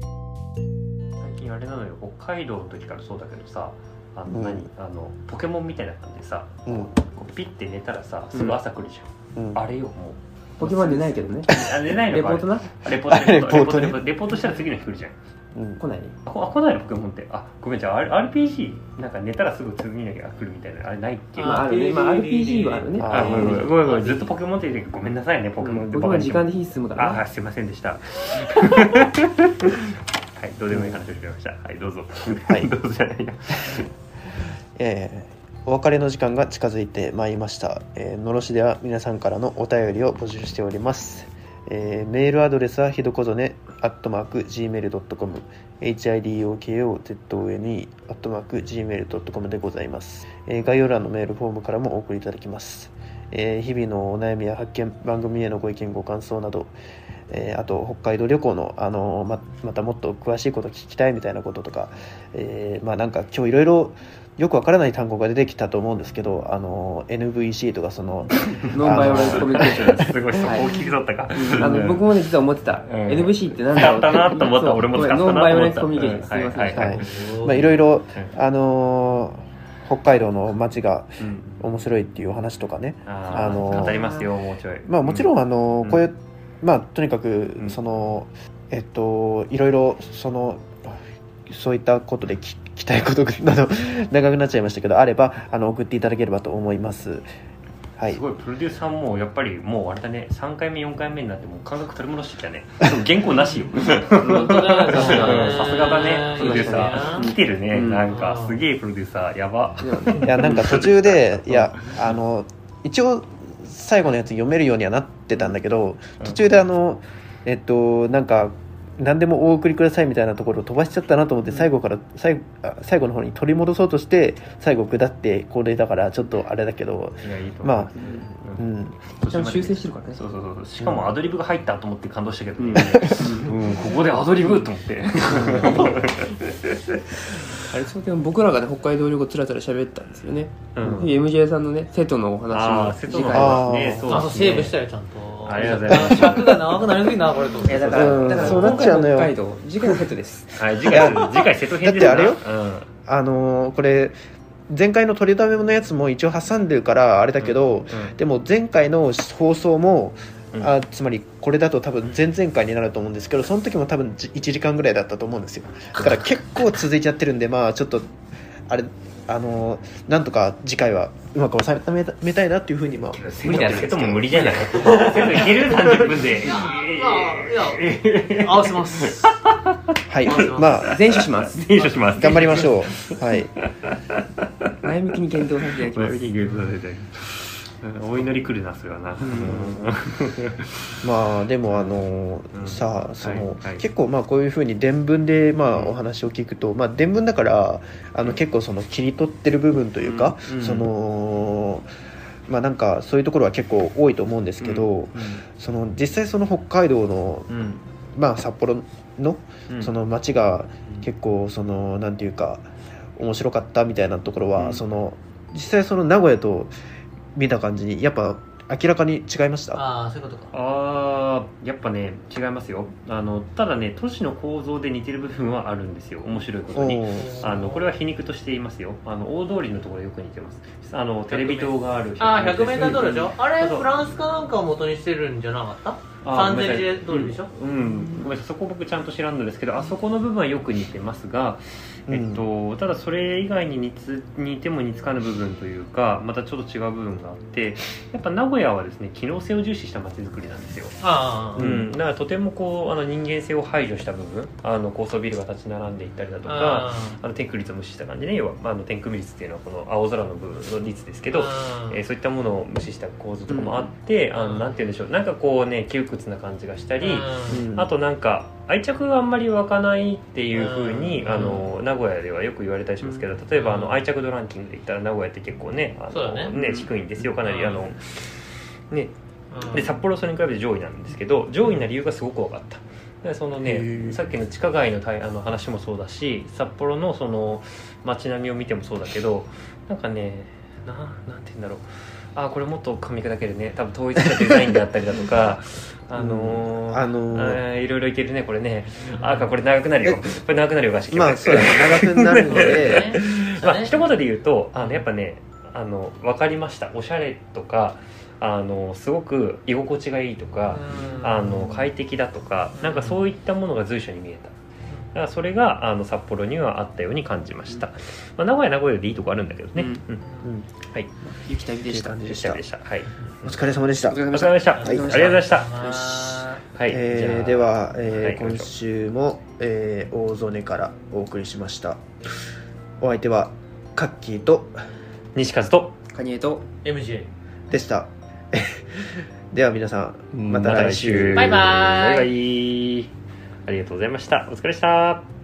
Speaker 3: 最近あれなのよ北海道の時からそうだけどさあの
Speaker 1: うん
Speaker 3: 何、あのポケモンみたいな感じでさ
Speaker 1: うん
Speaker 3: こうピッて寝たらさすぐ朝来るじ
Speaker 1: うん
Speaker 3: ゃん、あれよもう
Speaker 2: ポケモン出ないけどね
Speaker 3: あ寝ないの
Speaker 2: レポ
Speaker 3: か
Speaker 2: ートな
Speaker 3: あれレ ポートレポート
Speaker 1: レ
Speaker 3: レ
Speaker 1: ポート
Speaker 3: ポート
Speaker 1: ね
Speaker 3: レポートレポートしたら次の日来るじゃん
Speaker 1: うん
Speaker 2: 来ないね
Speaker 3: あこあ来ないのポケモンってあごめんじゃあ R- RPG なんか寝たらすぐ次の日が来るみたいなあれないっけ
Speaker 2: まああるね、まあ、RPG はあるね
Speaker 1: あ
Speaker 3: あ、ごめんごめんごめんごめん、ずっと
Speaker 4: ポ
Speaker 3: ポケモンって言ってごめんなさいね、ポケモンって
Speaker 2: 僕は時間で
Speaker 3: で。
Speaker 2: 火進むから
Speaker 3: あ
Speaker 2: な
Speaker 3: あ、すいません でした。はい、どうでもいい話をしてました。はい、どうぞ。
Speaker 1: はい
Speaker 3: どうぞじゃないよ。
Speaker 1: えーお別れの時間が近づいてまいりました、えーのろしでは皆さんからのお便りを募集しております、えーメールアドレスはひどこぞねアットマーク Gmail.com hidokozone アットマーク Gmail.com でございます、えー概要欄のメールフォームからもお送りいただきます、えー日々のお悩みや発見番組へのご意見ご感想などえーあと北海道旅行の、あのーままたもっと詳しいこと聞きたいみたいなこととか、えーまあなんか今日いろいろよくわからない単語が出てきたと思うんですけど、あの NVC とかその
Speaker 2: ノンバイオレンスコミュニケーションです
Speaker 3: すごい、そこ
Speaker 2: はい
Speaker 3: 大きく取ったか。
Speaker 2: あの僕もね実は思ってた、
Speaker 3: ん
Speaker 2: NVC ってなんだろ
Speaker 3: 使
Speaker 2: う
Speaker 3: ったなと思った、俺も使ったな
Speaker 2: ノン
Speaker 3: と思った。
Speaker 2: バイオレンスコミュニケーション、
Speaker 3: うん
Speaker 2: すいませんでした、
Speaker 3: はい
Speaker 1: は
Speaker 3: はいはい
Speaker 1: いまあいろいろ、
Speaker 3: う
Speaker 1: あのー北海道の街が
Speaker 3: ん
Speaker 1: 面白いっていうお話とかね、
Speaker 3: あ
Speaker 1: あの
Speaker 3: の語りますよ、もうちょい。
Speaker 1: まあもちろん、あのーこういうう、まあとにかく
Speaker 3: うん
Speaker 1: その、えっといろいろそのそういったことで聞聞きたいことなど 長くなっちゃいましたけどあればあの送っていただければと思います。はい
Speaker 3: す。ごいプロデューサーもやっぱりもうあれだね3回目4回目になってもう感覚取り戻してきたねでも原稿な しよ
Speaker 4: 本当だよね
Speaker 3: さすがだねプロデューサ
Speaker 4: いい
Speaker 3: ー
Speaker 4: ね
Speaker 3: 来てるね、
Speaker 2: うん
Speaker 3: なんかすげえプロデューサーやば
Speaker 2: で
Speaker 1: いや なんか途中でいやあの一応最後のやつ読めるようにはなってたんだけど途中であのえっとなんか何でもお送りくださいみたいなところを飛ばしちゃったなと思って最後から最後あ最後の方に取り戻そうとして最後下ってこれだからちょっとあれだけど
Speaker 3: いやいいと思い
Speaker 2: ま
Speaker 3: す
Speaker 1: う
Speaker 3: うん
Speaker 1: ん
Speaker 2: もちゃんと修正してるからね
Speaker 3: そうそうそうそうしかもアドリブが入ったと思って感動したけど、
Speaker 2: うん
Speaker 3: うんここでアドリブと思って
Speaker 2: あれそうでも僕らがね北海道旅行つらつら喋ったんですよね、
Speaker 3: うん
Speaker 2: で MJ さんのね瀬戸のお話
Speaker 3: あ
Speaker 2: も
Speaker 3: あ瀬戸の
Speaker 2: 次回は
Speaker 3: 話ね
Speaker 1: あー
Speaker 3: そう
Speaker 4: あ
Speaker 3: で
Speaker 4: そう
Speaker 3: す
Speaker 4: セーブ
Speaker 3: ね
Speaker 4: したよちゃんとあ
Speaker 3: ありがとうございます
Speaker 4: 尺が長くなるときなこれと思っ
Speaker 2: い
Speaker 4: て
Speaker 2: やだから、
Speaker 1: うん
Speaker 2: だから
Speaker 1: そうなっちゃうのよ
Speaker 2: 今回北海道次回のヘッド です
Speaker 3: はい、次回、次回瀬戸編です
Speaker 1: だってあれよ
Speaker 3: うん
Speaker 1: あのーこれ前回の取りだめのやつも一応挟んでるからあれだけど、でも前回の放送も、
Speaker 3: うん
Speaker 1: あつまりこれだと多分前々回になると思うんですけどその時も多分じ1時間ぐらいだったと思うんですよだから結構続いちゃってるんでまあちょっとあれあのーなんとか次回はうまく収めためたいなっていうふうにまあ
Speaker 3: 瀬戸瀬戸も無理じゃない瀬戸いける30分で
Speaker 4: いや合わせます
Speaker 1: はい
Speaker 4: ありがとうございま
Speaker 1: まあ
Speaker 2: 全種します
Speaker 3: 編集します
Speaker 1: 頑張りま
Speaker 3: し
Speaker 1: しょ うはい
Speaker 2: 前向きに検討させていただきます
Speaker 3: お祈り来るなそれはな
Speaker 1: まあでもあのー
Speaker 3: うん
Speaker 1: さあその、
Speaker 3: はいはい
Speaker 1: 結構まあこういうふうに伝聞でまあ
Speaker 3: うん
Speaker 1: お話を聞くと、まあ伝聞だからあの結構その切り取ってる部分というか、
Speaker 3: うんうん
Speaker 1: そのまあなんかそういうところは結構多いと思うんですけど、その実際その北海道の
Speaker 3: うん
Speaker 1: まあ札幌の
Speaker 3: うん
Speaker 1: その街が
Speaker 3: うん
Speaker 1: 結構そのなんていうか面白かったみたいなところは、
Speaker 3: うん
Speaker 1: その実際その名古屋と見た感じにやっぱ明らかに違いました。
Speaker 4: ああそういうことか
Speaker 3: あーやっぱね違いますよあのただね都市の構造で似てる部分はあるんですよ面白いことに
Speaker 1: おー
Speaker 3: あのこれは皮肉としていますよあの大通りのところよく似てますあのテレビ塔がある
Speaker 4: ああ 100m 道路でしょあれ
Speaker 3: そう
Speaker 4: フランスかなんかを元にしてるんじゃなかった
Speaker 3: あー
Speaker 4: サンゼリゼ通りで
Speaker 3: ごめんな
Speaker 4: しょ
Speaker 3: さいうん、うんごめんなさいそこ僕ちゃんと知らんのですけどあそこの部分はよく似てますが、
Speaker 1: うん
Speaker 3: えっと、ただそれ以外に似つ似ても似つかぬ部分というかまたちょっと違う部分があってやっぱ名古屋はですね機能性を重視した街づくりなんですよ
Speaker 4: ああ
Speaker 3: う
Speaker 1: うん
Speaker 3: ん、だからとてもこうあの人間性を排除した部分あの高層ビルが立ち並んでいったりだとか
Speaker 4: あ
Speaker 3: あの天空率を無視した感じね要は、まあ、あの天空率っていうのはこの青空の部分の率ですけ
Speaker 4: け
Speaker 3: ど、えー
Speaker 4: え
Speaker 3: そういったものを無視した構図とかもあって、あのなんて言うんでしょうなんかこうね窮屈な感じがしたり、
Speaker 1: うん
Speaker 3: あとなんか愛着があんまり湧かないっていうふうに、
Speaker 4: うん
Speaker 3: あの名古屋ではよく言われたりしますけど例えばあの愛着度ランキングで言ったら名古屋って結構ねあ
Speaker 4: そうだ
Speaker 3: の
Speaker 4: ね
Speaker 3: ね低いんですよかなり、
Speaker 4: うん
Speaker 3: あのねで札幌はそれに比べて上位なんですけど上位な理由がすごく分かったでその
Speaker 1: へ
Speaker 3: ね
Speaker 1: ー
Speaker 3: さっきの地下街の対あの話もそうだし札幌のその街並みを見てもそうだけどなんかねななんて言うんだろうあーこれもっと噛み砕けるね多分統一したデザインであったりだと かあのー
Speaker 1: あのー
Speaker 3: ーいろいろいけるねこれねあーこれ長くなるよこれ長くなるよがし
Speaker 1: まあそうだね長くなるので、
Speaker 3: まあ、一言で言うとあのやっぱねあの分かりましたおしゃれとかあのすごく居心地がいいとか、あの快適だとかなんかそういったものが随所に見えただからそれがあの札幌にはあったように感じました、まあ、名古屋は名古屋でいいとこあるんだけど
Speaker 2: う
Speaker 3: ね、
Speaker 2: ん
Speaker 1: う
Speaker 3: うん
Speaker 1: ん、
Speaker 3: はい
Speaker 2: ゆきたびでした
Speaker 1: っていう感じ
Speaker 3: で
Speaker 1: で
Speaker 3: し
Speaker 1: したた
Speaker 3: でしたはい
Speaker 1: お疲れ様でした
Speaker 2: お疲れ
Speaker 3: お疲
Speaker 2: 様
Speaker 3: れ
Speaker 2: でした
Speaker 3: 様でした、
Speaker 4: はい
Speaker 3: ありがとうございました
Speaker 2: よし
Speaker 3: はい、じゃ
Speaker 1: え
Speaker 3: あ
Speaker 1: ー、では、えー
Speaker 3: はい
Speaker 1: 今週も、えー大曽根からお送りしましたお相手はカッキーと
Speaker 3: 西和と
Speaker 2: カニエと
Speaker 4: MJ
Speaker 1: でした では皆さんまた来週
Speaker 4: バイ
Speaker 3: バ
Speaker 4: バイ
Speaker 3: イバイありがとうございましたお疲れでした